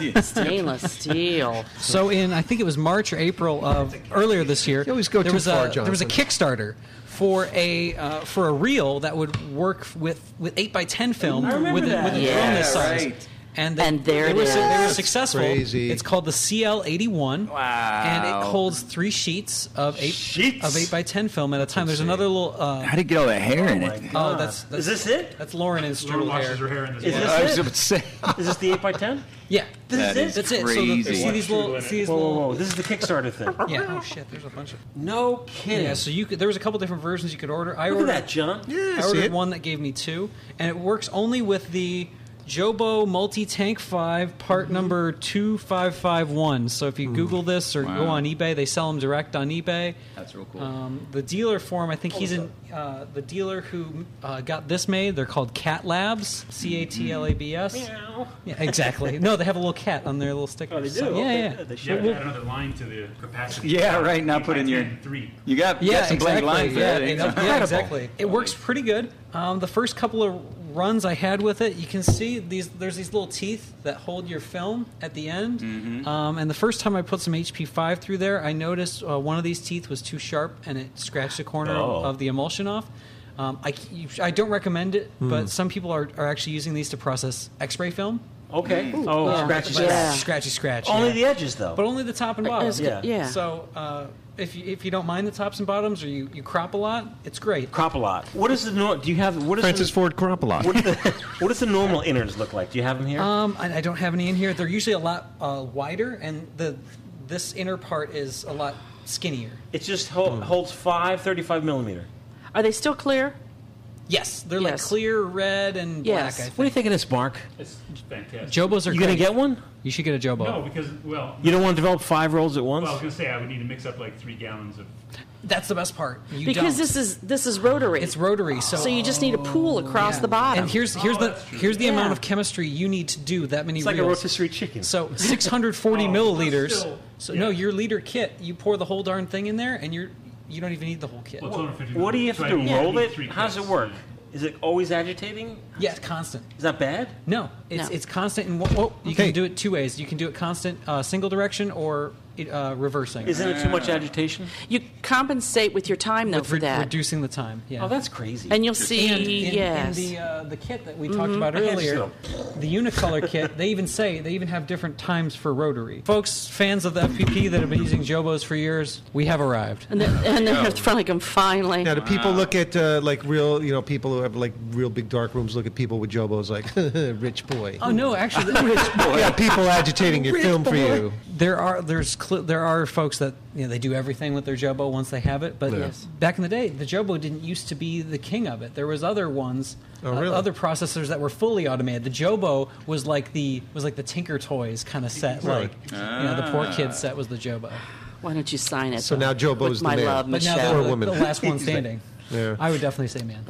[SPEAKER 5] cat
[SPEAKER 3] steel.
[SPEAKER 5] in
[SPEAKER 3] stainless steel.
[SPEAKER 5] So in I think it was March or April of earlier this year,
[SPEAKER 7] You always go
[SPEAKER 5] there
[SPEAKER 7] too
[SPEAKER 5] was
[SPEAKER 7] far,
[SPEAKER 5] a there was a Kickstarter for a uh, for a reel that would work with with eight by ten film with a, with a
[SPEAKER 3] Yeah,
[SPEAKER 5] drum this size.
[SPEAKER 6] right.
[SPEAKER 5] And, they,
[SPEAKER 3] And there
[SPEAKER 5] they
[SPEAKER 3] it
[SPEAKER 5] were, They were
[SPEAKER 3] is.
[SPEAKER 5] successful.
[SPEAKER 7] Crazy.
[SPEAKER 5] It's called the CL81.
[SPEAKER 6] Wow.
[SPEAKER 5] And it holds three sheets of eight
[SPEAKER 1] Sheets?
[SPEAKER 5] of eight by ten film at a time. There's another little. Uh,
[SPEAKER 6] How did you get all that hair in it?
[SPEAKER 5] oh, that's, that's
[SPEAKER 1] Is this it?
[SPEAKER 5] That's Lauren and
[SPEAKER 8] Lauren
[SPEAKER 5] Strudel
[SPEAKER 8] washes her
[SPEAKER 5] hair.
[SPEAKER 8] hair in this
[SPEAKER 1] Is
[SPEAKER 8] water.
[SPEAKER 1] this
[SPEAKER 6] I
[SPEAKER 1] it?
[SPEAKER 6] was about to say.
[SPEAKER 1] Is this the 8x10?
[SPEAKER 5] Yeah,
[SPEAKER 6] That is
[SPEAKER 5] that's it. So the,
[SPEAKER 6] crazy.
[SPEAKER 5] see these little, see these
[SPEAKER 4] Whoa,
[SPEAKER 5] little.
[SPEAKER 4] whoa, whoa! This is the Kickstarter thing.
[SPEAKER 5] Yeah. Oh shit. There's a bunch of.
[SPEAKER 1] No kidding.
[SPEAKER 5] Yeah. So you could. There was a couple different versions you could order. I
[SPEAKER 1] Look at
[SPEAKER 5] ordered
[SPEAKER 1] that, John.
[SPEAKER 7] Yeah,
[SPEAKER 5] I
[SPEAKER 7] see
[SPEAKER 5] ordered
[SPEAKER 7] it?
[SPEAKER 5] one that gave me two, and it works only with the Jobo Multi Tank Five part number two five five one. So if you Google this or go
[SPEAKER 6] Wow.
[SPEAKER 5] on eBay, they sell them direct on eBay.
[SPEAKER 6] That's real cool.
[SPEAKER 5] Um, the dealer for 'em, I
[SPEAKER 1] Oh,
[SPEAKER 5] think he's in uh, the dealer who uh, got this made. They're called Cat Labs, C A T L A B S. Yeah, exactly. no, they have a little cat on their little sticker.
[SPEAKER 1] Oh, they do.
[SPEAKER 5] So, yeah,
[SPEAKER 1] Okay,
[SPEAKER 5] yeah.
[SPEAKER 1] good. They
[SPEAKER 8] Yeah,
[SPEAKER 1] should.
[SPEAKER 8] add another line to the capacity.
[SPEAKER 6] Yeah,
[SPEAKER 5] Uh,
[SPEAKER 6] right, now
[SPEAKER 8] Eight
[SPEAKER 6] put
[SPEAKER 8] by
[SPEAKER 6] in your-
[SPEAKER 8] 10, three.
[SPEAKER 6] You got, you got some blank lines
[SPEAKER 5] yeah,
[SPEAKER 6] there.
[SPEAKER 5] it-
[SPEAKER 6] It's
[SPEAKER 5] yeah,
[SPEAKER 6] incredible.
[SPEAKER 5] exactly. It works pretty good. Um, the first couple of runs I had with it, you can see these. There's these little teeth that hold your film at the end.
[SPEAKER 6] Mm-hmm.
[SPEAKER 5] Um, and the first time I put some HP5 through there, I noticed uh, one of these teeth was too sharp and it scratched the corner
[SPEAKER 1] Oh.
[SPEAKER 5] of the emulsion off. Um, I, c- you- I don't recommend it, but some people are, are actually using these to process X-ray film.
[SPEAKER 1] Okay. Oh,
[SPEAKER 3] Yeah.
[SPEAKER 1] scratchy,
[SPEAKER 5] But
[SPEAKER 1] scratchy.
[SPEAKER 3] Yeah.
[SPEAKER 5] Scratchy, scratch.
[SPEAKER 1] Only
[SPEAKER 5] yeah.
[SPEAKER 1] the edges, though.
[SPEAKER 5] But only the top and bottom.
[SPEAKER 3] It's g-
[SPEAKER 1] Yeah.
[SPEAKER 3] yeah.
[SPEAKER 5] So uh, if you, if you don't mind the tops and bottoms, or you, you crop a lot, it's great.
[SPEAKER 4] Crop a lot. What is the nor- do you have? What is
[SPEAKER 7] Francis
[SPEAKER 4] the,
[SPEAKER 7] Ford Coppola.
[SPEAKER 4] What, do the, what does the normal innards look like? Do you have them here?
[SPEAKER 5] Um, I, I don't have any in here. They're usually a lot uh, wider, and the this inner part is a lot skinnier.
[SPEAKER 1] it just hol-
[SPEAKER 5] hmm.
[SPEAKER 1] holds 5 35 millimeter.
[SPEAKER 3] Are they still clear?
[SPEAKER 5] Yes, they're like
[SPEAKER 3] Yes.
[SPEAKER 5] clear, red, and
[SPEAKER 3] Yes.
[SPEAKER 5] black. I
[SPEAKER 4] What do you
[SPEAKER 5] think.
[SPEAKER 4] think of this, Mark?
[SPEAKER 8] It's fantastic.
[SPEAKER 5] Jobos are
[SPEAKER 4] You
[SPEAKER 5] great.
[SPEAKER 4] gonna get one?
[SPEAKER 5] You should get a jobo.
[SPEAKER 8] No, because well,
[SPEAKER 4] You don't want to develop five rolls at once?
[SPEAKER 8] well, I was gonna say I would need to mix up like three gallons of.
[SPEAKER 5] That's the best part. You
[SPEAKER 3] Because
[SPEAKER 5] don't.
[SPEAKER 3] this is this is rotary.
[SPEAKER 5] it's rotary, so
[SPEAKER 3] so you just need a pool across the bottom.
[SPEAKER 5] And here's here's
[SPEAKER 8] Oh,
[SPEAKER 5] the
[SPEAKER 8] that's true.
[SPEAKER 5] here's the
[SPEAKER 3] Yeah.
[SPEAKER 5] amount of chemistry you need to do that many
[SPEAKER 1] It's like a
[SPEAKER 5] reels.
[SPEAKER 1] rotisserie chicken.
[SPEAKER 5] So 640
[SPEAKER 8] Oh,
[SPEAKER 5] milliliters.
[SPEAKER 8] still-
[SPEAKER 5] so
[SPEAKER 8] yeah.
[SPEAKER 5] no, your liter kit. You pour the whole darn thing in there, and you're you don't even need the whole kit.
[SPEAKER 8] Well, it's 150
[SPEAKER 1] what do you have
[SPEAKER 8] so
[SPEAKER 1] to
[SPEAKER 8] I
[SPEAKER 1] do?
[SPEAKER 8] need
[SPEAKER 1] Roll it?
[SPEAKER 8] three
[SPEAKER 1] How does it
[SPEAKER 8] cups.
[SPEAKER 1] work? Is it always agitating?
[SPEAKER 5] Yeah, it's constant.
[SPEAKER 1] Is that bad?
[SPEAKER 5] No, it's
[SPEAKER 3] No.
[SPEAKER 5] it's constant. And whoa, you
[SPEAKER 7] Okay.
[SPEAKER 5] can do it two ways. You can do it constant, uh, single direction, or it, uh, reversing.
[SPEAKER 1] Isn't it too much agitation?
[SPEAKER 3] you compensate with your time though
[SPEAKER 5] With
[SPEAKER 3] for
[SPEAKER 5] re-
[SPEAKER 3] that,
[SPEAKER 5] reducing the time? Yeah.
[SPEAKER 1] Oh, that's crazy. Mm-hmm.
[SPEAKER 3] and you'll see.
[SPEAKER 5] and in,
[SPEAKER 3] yes.
[SPEAKER 5] in the uh, the kit that we talked about
[SPEAKER 1] I can't just
[SPEAKER 5] earlier, the Unicolor kit, they even say they even have different times for rotary. Folks, fans of the FPP that have been using Jobos for years, we have arrived.
[SPEAKER 3] and then, and then they're finally come finally.
[SPEAKER 7] Now, do people look at uh, like real, you know, people who have like real big dark rooms look at people with jobos like rich boy?
[SPEAKER 5] Oh no, actually,
[SPEAKER 7] yeah, people agitating your film for you.
[SPEAKER 5] There are there's cl- there are folks that you know they do everything with their jobo once they have it, but
[SPEAKER 3] Yes.
[SPEAKER 5] back in the day, the jobo didn't used to be the king of it. There was other ones,
[SPEAKER 7] Oh,
[SPEAKER 5] uh,
[SPEAKER 7] really?
[SPEAKER 5] other processors that were fully automated. The jobo was like the was like the Tinker Toys kind of set,
[SPEAKER 7] Right.
[SPEAKER 5] like you know Ah. the poor kid set was the jobo.
[SPEAKER 3] Why don't you sign it?
[SPEAKER 7] So now Joe Bo's
[SPEAKER 3] With
[SPEAKER 7] the
[SPEAKER 3] my
[SPEAKER 7] mayor.
[SPEAKER 3] love,
[SPEAKER 5] But now
[SPEAKER 3] Michelle.
[SPEAKER 7] Or
[SPEAKER 5] the,
[SPEAKER 7] woman.
[SPEAKER 5] the last one
[SPEAKER 7] He's like-
[SPEAKER 5] standing.
[SPEAKER 7] Yeah.
[SPEAKER 5] I would definitely say man.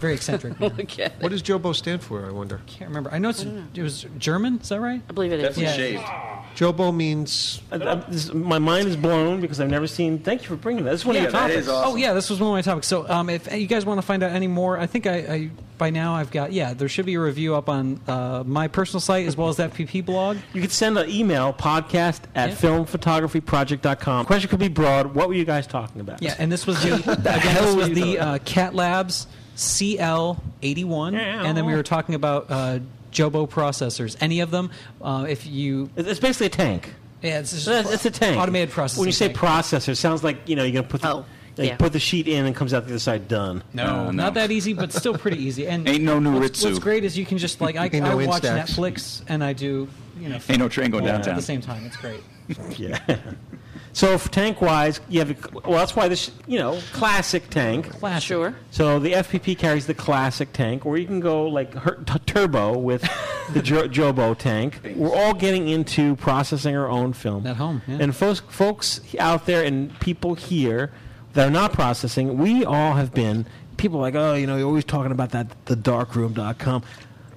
[SPEAKER 5] Very eccentric. Man. I
[SPEAKER 3] Okay.
[SPEAKER 7] What does Jobo stand for, I wonder?
[SPEAKER 5] can't remember. I know it's, it was German. Is that right?
[SPEAKER 3] I believe it is.
[SPEAKER 6] Definitely
[SPEAKER 5] Yeah.
[SPEAKER 6] shaved.
[SPEAKER 7] Jobo means
[SPEAKER 4] I, I, this, my mind is blown because I've never seen. Thank you for bringing that. This is one of
[SPEAKER 5] Yeah,
[SPEAKER 4] your
[SPEAKER 5] that
[SPEAKER 4] topics.
[SPEAKER 6] is awesome.
[SPEAKER 5] Oh yeah, this was one of my topics. So um, if you guys want to find out any more, I think I, I by now I've got yeah. There should be a review up on uh, my personal site as well as that PP blog.
[SPEAKER 4] Oh, You could send an email podcast at
[SPEAKER 5] Yeah.
[SPEAKER 4] filmphotographyproject.com. Question could be broad. What were you guys talking about?
[SPEAKER 5] Yeah, and this was the, again,
[SPEAKER 4] hell
[SPEAKER 5] this
[SPEAKER 4] were
[SPEAKER 5] was
[SPEAKER 4] you
[SPEAKER 5] the
[SPEAKER 4] doing?
[SPEAKER 5] uh, Cat Labs CL81, and then we were talking about uh, Jobo processors. Any of them? Uh, if you,
[SPEAKER 4] It's it's basically a tank.
[SPEAKER 5] yeah, it's, just
[SPEAKER 4] It's, it's a tank.
[SPEAKER 5] automated processing.
[SPEAKER 4] When you say
[SPEAKER 5] tank.
[SPEAKER 4] processor, it sounds like you know you're gonna put the,
[SPEAKER 3] Oh,
[SPEAKER 4] like,
[SPEAKER 3] yeah.
[SPEAKER 4] put the sheet in and comes out the other side done.
[SPEAKER 6] No, no.
[SPEAKER 5] Not that easy, but still pretty easy. And
[SPEAKER 6] Ain't no new
[SPEAKER 5] what's,
[SPEAKER 6] Ritsu.
[SPEAKER 5] what's great is you can just like I,
[SPEAKER 7] Ain't no
[SPEAKER 5] I watch
[SPEAKER 7] Instax.
[SPEAKER 5] Netflix and I do you know
[SPEAKER 6] Ain't no train going
[SPEAKER 5] all
[SPEAKER 6] downtown.
[SPEAKER 5] at the same time. It's great.
[SPEAKER 4] Yeah. so for tank wise, you have a, well that's why this you know classic tank.
[SPEAKER 5] Classic.
[SPEAKER 3] Sure.
[SPEAKER 4] So the FPP carries the classic tank, or you can go like her, t- turbo with the jo- Jobo tank. We're all getting into processing our own film
[SPEAKER 5] At home, yeah.
[SPEAKER 4] and folks, folks out there and people here that are not processing, we all have been people like, oh, you know, you're always talking about that the darkroom.com.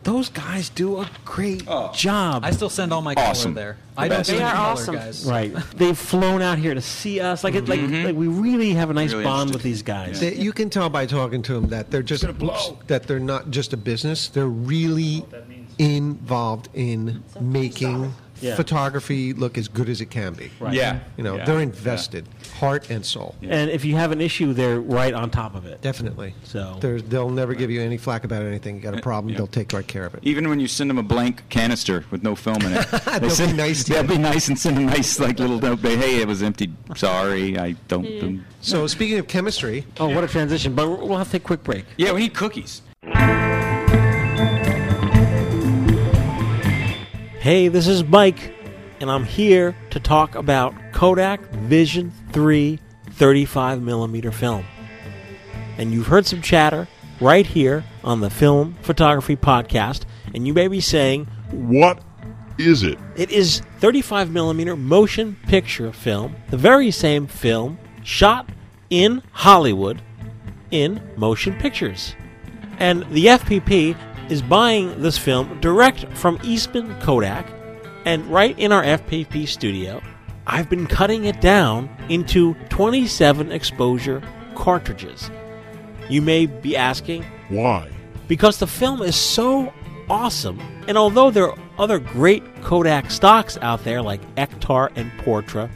[SPEAKER 4] Those guys do a great job.
[SPEAKER 5] I still send all my
[SPEAKER 6] Awesome.
[SPEAKER 5] color there.
[SPEAKER 6] The
[SPEAKER 5] I don't
[SPEAKER 6] best.
[SPEAKER 5] send
[SPEAKER 3] They are
[SPEAKER 5] color,
[SPEAKER 3] awesome.
[SPEAKER 5] guys.
[SPEAKER 4] Right. They've flown out here to see us. Like, it like, like we really have a nice
[SPEAKER 6] Really
[SPEAKER 4] bond
[SPEAKER 6] interested.
[SPEAKER 4] with these guys.
[SPEAKER 7] They- you can tell by talking to them that they're just that they're not just a business. They're really involved in making
[SPEAKER 4] Yeah.
[SPEAKER 7] photography look as good as it can be. Right.
[SPEAKER 6] Yeah.
[SPEAKER 7] You know,
[SPEAKER 6] Yeah.
[SPEAKER 7] they're invested, heart and soul.
[SPEAKER 4] And if you have an issue, they're right on top of it.
[SPEAKER 7] Definitely.
[SPEAKER 4] So-
[SPEAKER 7] They're, they'll never give you any flack about anything. You got a problem, they'll take right care of it.
[SPEAKER 6] Even when you send them a blank canister with no film in it, they
[SPEAKER 7] They'll
[SPEAKER 6] send,
[SPEAKER 7] be nice to
[SPEAKER 6] They'll
[SPEAKER 7] you.
[SPEAKER 6] be nice and send a nice like little note. They, hey, it was empty. Sorry, I don't. do-"
[SPEAKER 7] So speaking of chemistry,
[SPEAKER 4] Oh, what a transition. But we'll have to take a quick break.
[SPEAKER 6] Yeah, we need cookies.
[SPEAKER 1] Hey, this is Mike, and I'm here to talk about Kodak Vision 3 35mm film. And you've heard some chatter right here on the Film Photography Podcast, and you may be saying,
[SPEAKER 2] What is it?
[SPEAKER 1] It is 35mm motion picture film, the very same film shot in Hollywood in motion pictures. And the FPP is buying this film direct from Eastman Kodak and right in our FPP studio. I've been cutting it down into 27 exposure cartridges. You may be asking,
[SPEAKER 2] Why?
[SPEAKER 1] because the film is so awesome. And although there are other great Kodak stocks out there like Ektar and Portra,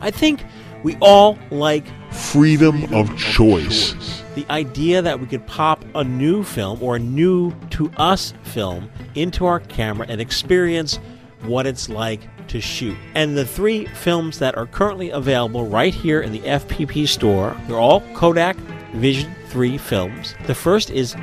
[SPEAKER 1] I think we all like
[SPEAKER 2] Freedom, of, choice.
[SPEAKER 1] the idea that we could pop a new film or a new to us film into our camera and experience what it's like to shoot. And the three films that are currently available right here in the FPP store, they're all Kodak Vision 3 films. The first is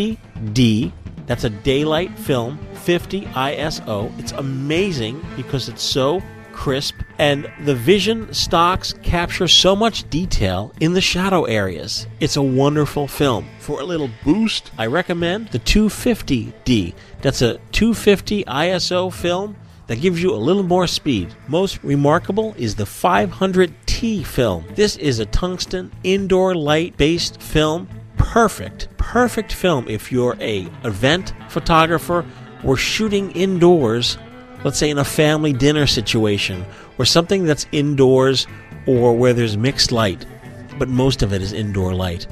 [SPEAKER 1] 50D. That's a daylight film, 50 ISO. It's amazing because it's so crisp, and the vision stocks capture so much detail in the shadow areas. It's a wonderful film. For a little
[SPEAKER 2] Boost
[SPEAKER 1] I recommend the 250D. That's a 250 ISO film that gives you a little more speed. Most remarkable is the 500T film. This is a tungsten indoor light based film. Perfect, perfect film if you're a event photographer or shooting indoors, let's say in a family dinner situation or something that's indoors or where there's mixed light, but most of it is indoor light.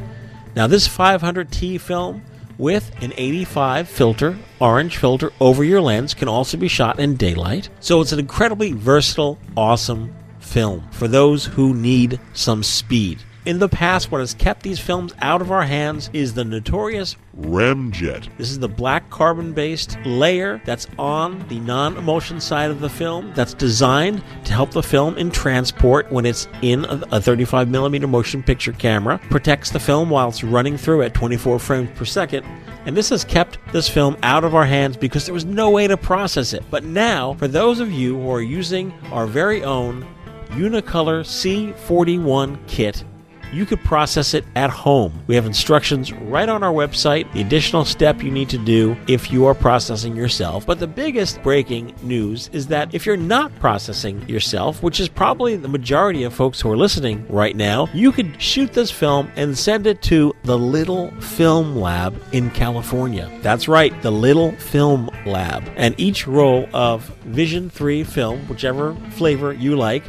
[SPEAKER 1] Now, this 500T film with an 85 filter, orange filter over your lens can also be shot in daylight. So it's an incredibly versatile, awesome film for those who need some speed. In the past, what has kept these films out of our hands is the notorious
[SPEAKER 2] Ramjet.
[SPEAKER 1] this is the black carbon based layer that's on the non emotion side of the film that's designed to help the film in transport when it's in a a 35mm motion picture camera, protects the film while it's running through at 24 frames per second. And this has kept this film out of our hands because there was no way to process it. But now, for those of you who are using our very own Unicolor C41 kit, you could process it at home. We have instructions right on our website, the additional step you need to do if you are processing yourself. But the biggest breaking news is that if you're not processing yourself, which is probably the majority of folks who are listening right now, you could shoot this film and send it to the Little Film Lab in California. That's right, the Little Film Lab. And each roll of Vision 3 film, whichever flavor you like,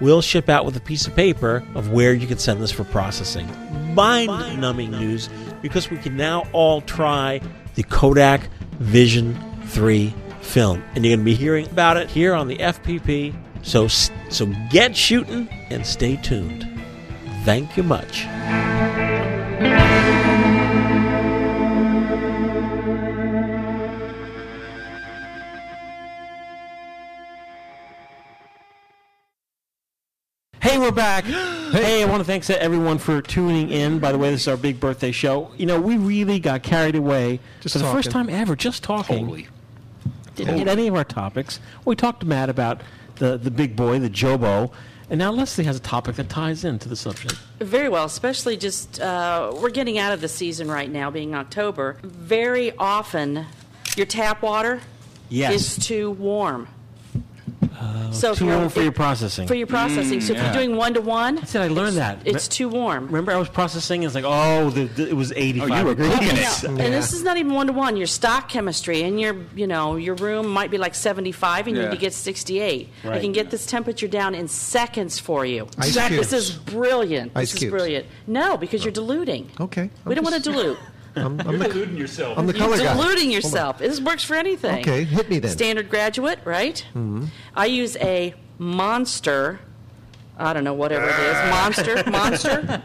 [SPEAKER 1] will ship out with a piece of paper of where you can send this for processing. Mind numbing news because we can now all try the Kodak Vision 3 film. And you're going to be hearing about it here on the FPP. So, so get shooting and stay tuned. Thank you much.
[SPEAKER 4] Hey, we're back. hey, I want to thank everyone for tuning in. By the way, this is our big birthday show. You know, we really got carried away
[SPEAKER 7] Just
[SPEAKER 4] for the first
[SPEAKER 7] talking.
[SPEAKER 4] time ever, just talking.
[SPEAKER 6] Holy.
[SPEAKER 4] Didn't hit any of our topics. We talked to Matt about the, the big boy, the Jobo, and now Leslie has a topic that ties into the subject.
[SPEAKER 3] Very well, especially just uh, we're getting out of the season right now, being October. Very often, your tap water
[SPEAKER 4] Yes. Uh,
[SPEAKER 3] is too warm. so if
[SPEAKER 4] Too
[SPEAKER 3] you're-
[SPEAKER 4] warm for your
[SPEAKER 3] if-
[SPEAKER 4] processing. Mm,
[SPEAKER 3] For your processing. so if
[SPEAKER 6] yeah.
[SPEAKER 3] you're doing one to one,
[SPEAKER 4] said I learned that.
[SPEAKER 3] it's too warm.
[SPEAKER 4] Remember, I was processing. It's like, oh, the, the- it was eighty-five.
[SPEAKER 6] you were
[SPEAKER 4] degrees.
[SPEAKER 6] cooking it.
[SPEAKER 3] And this is not even one to one. Your stock chemistry and your, you know, your room might be like 75 and you
[SPEAKER 6] Yeah.
[SPEAKER 3] need to get 68. I
[SPEAKER 4] Right.
[SPEAKER 3] can get this temperature down in seconds for you.
[SPEAKER 7] Ice
[SPEAKER 3] Exactly.
[SPEAKER 7] cubes.
[SPEAKER 3] This is brilliant.
[SPEAKER 7] Ice
[SPEAKER 3] this
[SPEAKER 7] cubes.
[SPEAKER 3] is brilliant. No, because you're diluting.
[SPEAKER 7] Okay, I'm
[SPEAKER 3] we don't want
[SPEAKER 7] just-
[SPEAKER 3] to dilute.
[SPEAKER 7] I'm, I'm
[SPEAKER 8] You're
[SPEAKER 7] the,
[SPEAKER 8] deluding yourself.
[SPEAKER 7] I'm the
[SPEAKER 3] You're
[SPEAKER 7] color guy.
[SPEAKER 3] diluting yourself. This works for anything.
[SPEAKER 7] Okay, hit me then.
[SPEAKER 3] Standard graduate, right?
[SPEAKER 6] Mm-hmm.
[SPEAKER 3] I use a monster. I don't know whatever it is. Monster, monster.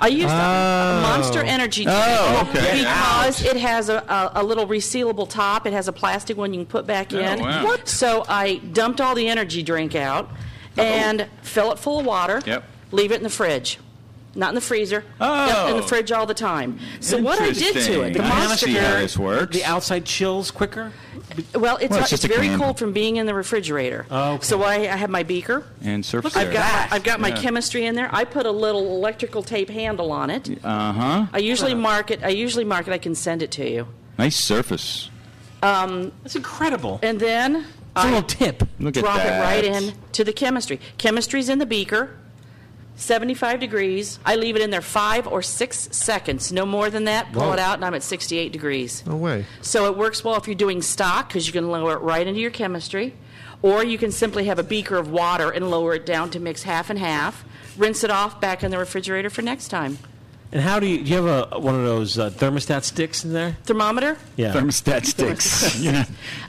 [SPEAKER 3] I used a- a monster energy drink
[SPEAKER 6] Oh, okay.
[SPEAKER 3] because it has a, a, a little resealable top. It has a plastic one you can put back in.
[SPEAKER 6] Oh, wow. What?
[SPEAKER 3] So I dumped all the energy drink out and fill it full of water.
[SPEAKER 6] Yep.
[SPEAKER 3] Leave it in the fridge. Not in the freezer.
[SPEAKER 6] Oh.
[SPEAKER 3] In the fridge all the time. So what I did to it, the
[SPEAKER 6] Interesting. I
[SPEAKER 3] monster
[SPEAKER 6] see how this works.
[SPEAKER 4] The outside chills quicker.
[SPEAKER 3] well, it's,
[SPEAKER 6] Well,
[SPEAKER 3] it's,
[SPEAKER 6] it's just a
[SPEAKER 3] very
[SPEAKER 6] can.
[SPEAKER 3] cold from being in the refrigerator.
[SPEAKER 4] Oh, okay.
[SPEAKER 3] So I, I have my beaker.
[SPEAKER 6] and surface
[SPEAKER 3] I've got
[SPEAKER 6] area.
[SPEAKER 3] my, I've got my
[SPEAKER 6] Yeah.
[SPEAKER 3] chemistry in there. I put a little electrical tape handle on it.
[SPEAKER 6] Uh-huh.
[SPEAKER 3] I usually mark it. I usually mark it. I can send it to you.
[SPEAKER 6] Nice surface.
[SPEAKER 4] That's incredible.
[SPEAKER 3] And then
[SPEAKER 4] It's a
[SPEAKER 3] I
[SPEAKER 4] little tip.
[SPEAKER 6] Look
[SPEAKER 3] drop
[SPEAKER 6] at
[SPEAKER 3] it
[SPEAKER 6] that.
[SPEAKER 3] right in to the chemistry. Chemistry's in the beaker. 75 degrees. I leave it in there five or six seconds, no more than that. Pull
[SPEAKER 7] Whoa.
[SPEAKER 3] it out, and I'm at 68 degrees.
[SPEAKER 7] No way.
[SPEAKER 3] So it works well if you're doing stock because you can lower it right into your chemistry, or you can simply have a beaker of water and lower it down to mix half and half. Rinse it off back in the refrigerator for next time.
[SPEAKER 4] And how do you? Do you have a one of those uh, thermostat sticks in there?
[SPEAKER 3] Thermometer.
[SPEAKER 4] Yeah.
[SPEAKER 6] Thermostat sticks. you know, you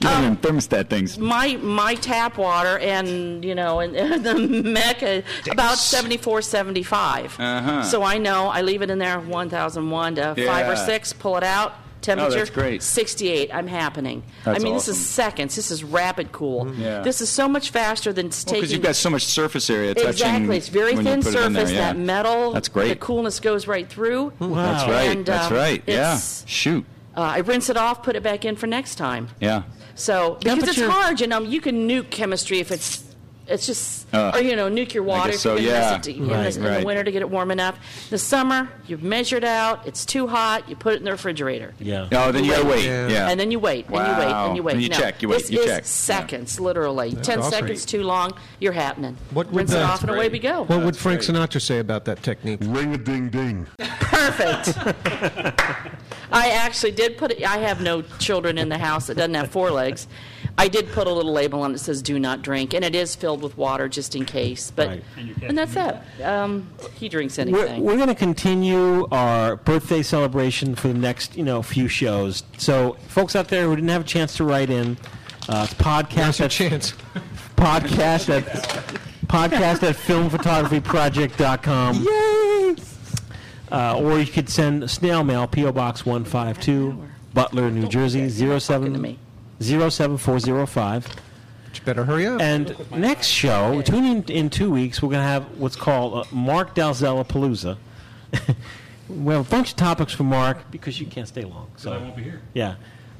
[SPEAKER 6] know
[SPEAKER 3] Um,
[SPEAKER 6] them thermostat things.
[SPEAKER 3] My my tap water and you know and, the Mecca about 74, 75.
[SPEAKER 6] Uh-huh.
[SPEAKER 3] So I know I leave it in there 1,001 to five or
[SPEAKER 6] Yeah. Oh,
[SPEAKER 3] six. Pull it out. Temperature
[SPEAKER 6] great.
[SPEAKER 3] 68. I'm happening. I
[SPEAKER 6] That's
[SPEAKER 3] mean, this is
[SPEAKER 6] awesome.
[SPEAKER 3] seconds. This is rapid cool.
[SPEAKER 6] Yeah.
[SPEAKER 3] This is so much faster than
[SPEAKER 6] Well,
[SPEAKER 3] taking.
[SPEAKER 6] because you've got so much surface area touching.
[SPEAKER 3] Exactly. It's very
[SPEAKER 6] when you
[SPEAKER 3] thin
[SPEAKER 6] put it in there,
[SPEAKER 3] surface.
[SPEAKER 6] yeah.
[SPEAKER 3] That metal.
[SPEAKER 6] That's great.
[SPEAKER 3] The coolness goes right through.
[SPEAKER 7] Hmm.
[SPEAKER 6] That's right.
[SPEAKER 3] And,
[SPEAKER 6] That's
[SPEAKER 3] um,
[SPEAKER 6] right. Yeah.
[SPEAKER 3] it's-
[SPEAKER 6] Shoot.
[SPEAKER 3] Uh, I rinse it off, put it back in for next time.
[SPEAKER 6] Yeah.
[SPEAKER 3] So because it's
[SPEAKER 4] Temperature-
[SPEAKER 3] hard, you know, you can nuke chemistry if it's. It's just,
[SPEAKER 6] Uh,
[SPEAKER 3] or you know, nuke your water
[SPEAKER 6] guess
[SPEAKER 3] if you're
[SPEAKER 6] so,
[SPEAKER 3] gonna mess
[SPEAKER 6] yeah.
[SPEAKER 3] it to- you
[SPEAKER 4] Right,
[SPEAKER 3] mess it in
[SPEAKER 6] right.
[SPEAKER 3] the winter to get it warm enough. The summer, you've measured out, it's too hot, you put it in the refrigerator.
[SPEAKER 4] yeah.
[SPEAKER 6] Oh, then you gotta wait.
[SPEAKER 7] Yeah.
[SPEAKER 6] Yeah.
[SPEAKER 3] And then you wait, and you wait,
[SPEAKER 6] Wow.
[SPEAKER 3] and you wait.
[SPEAKER 6] And you
[SPEAKER 3] no,
[SPEAKER 6] check, you wait,
[SPEAKER 3] this
[SPEAKER 6] you
[SPEAKER 3] is
[SPEAKER 6] check. Yeah.
[SPEAKER 3] seconds, literally. Ten
[SPEAKER 7] awesome.
[SPEAKER 3] seconds too long, you're happening.
[SPEAKER 7] What would
[SPEAKER 3] Rinse it
[SPEAKER 7] the-
[SPEAKER 3] off, and away we go.
[SPEAKER 7] What would Frank Sinatra say about that technique?
[SPEAKER 2] Ring a ding ding.
[SPEAKER 3] Perfect. I actually did put. I have no children in the house that doesn't have four legs. I did put a little label on it that says "Do not drink," and it is filled with water just in case. But
[SPEAKER 4] Right.
[SPEAKER 8] And your
[SPEAKER 3] and,
[SPEAKER 8] cat
[SPEAKER 3] that's it. Um, he drinks
[SPEAKER 4] We're,
[SPEAKER 3] anything.
[SPEAKER 4] we're going to continue our birthday celebration for the next, you know, few shows. So, folks out there who didn't have a chance to write in, uh, it's podcast
[SPEAKER 7] That's your
[SPEAKER 4] at
[SPEAKER 7] chance.
[SPEAKER 4] podcast at podcast at filmphotographyproject.com. Yay! Uh, or you could send snail mail, P.O. Box 152, Butler, New Jersey, zero
[SPEAKER 3] to
[SPEAKER 4] seven
[SPEAKER 3] me.
[SPEAKER 4] zero seven four zero five.
[SPEAKER 7] You better hurry up.
[SPEAKER 4] And next show, tune in in two weeks. We're going to have what's called uh, Mark Dalzella Palooza. we have a bunch of topics for Mark because you can't stay long. So
[SPEAKER 8] I won't be here.
[SPEAKER 4] yeah,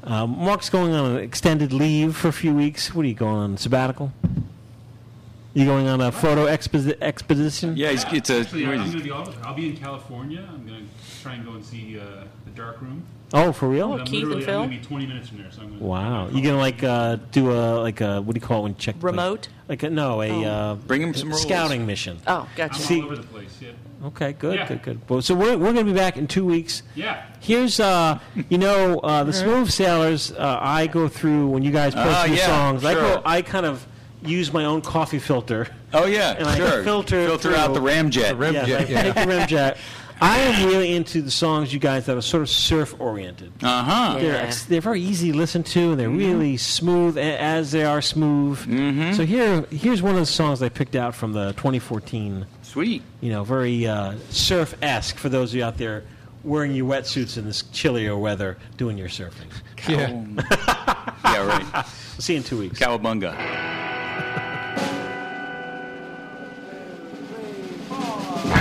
[SPEAKER 4] um, Mark's going on an extended leave for a few weeks. What are you going on sabbatical? You going on a photo expo- expedition?
[SPEAKER 6] Yeah, he's, it's a.
[SPEAKER 8] Actually, I'm going to be all, I'll be in California. I'm going to try and go and see uh, the dark room.
[SPEAKER 4] Oh, for real?
[SPEAKER 8] I'm
[SPEAKER 3] Keith and
[SPEAKER 8] literally,
[SPEAKER 3] Phil?
[SPEAKER 8] I'm going to be 20 minutes from there. So I'm gonna,
[SPEAKER 4] Wow. You gonna like uh, do a like a what do you call it when you check
[SPEAKER 3] Remote?
[SPEAKER 4] Like a, no, a uh,
[SPEAKER 6] Bring him some rules.
[SPEAKER 4] scouting mission.
[SPEAKER 3] Oh,
[SPEAKER 8] I'm
[SPEAKER 3] gotcha.
[SPEAKER 4] See-
[SPEAKER 8] all over the place. Yeah.
[SPEAKER 4] Okay, good,
[SPEAKER 8] Yeah.
[SPEAKER 4] good, good. Well, so we're, we're going to be back in two weeks.
[SPEAKER 8] Yeah.
[SPEAKER 4] Here's, uh, you know, uh, the Smooth Sailors. Uh, I go through when you guys post
[SPEAKER 6] Ah,
[SPEAKER 4] your
[SPEAKER 6] yeah,
[SPEAKER 4] songs. I
[SPEAKER 6] sure.
[SPEAKER 4] go. I kind of use my own coffee filter.
[SPEAKER 6] Oh yeah,
[SPEAKER 4] And I
[SPEAKER 6] sure.
[SPEAKER 4] filter
[SPEAKER 6] out the
[SPEAKER 4] through-
[SPEAKER 6] ramjet.
[SPEAKER 4] yeah, I
[SPEAKER 7] Ramjet, yeah.
[SPEAKER 4] take the ramjet. I am really into the songs you guys that are sort of surf oriented.
[SPEAKER 6] Uh huh.
[SPEAKER 4] They're, ex- they're very easy to listen to, and they're
[SPEAKER 6] Mm-hmm.
[SPEAKER 4] really smooth a- as they are smooth. So here, here's one of the songs I picked out from the 2014
[SPEAKER 6] Sweet.
[SPEAKER 4] you know, very uh, surf esque for those of you out there wearing your wetsuits in this chillier weather doing your surfing.
[SPEAKER 7] Yeah.
[SPEAKER 6] Yeah, right.
[SPEAKER 4] We'll see you in two weeks.
[SPEAKER 6] Cowabunga.
[SPEAKER 9] Three, four.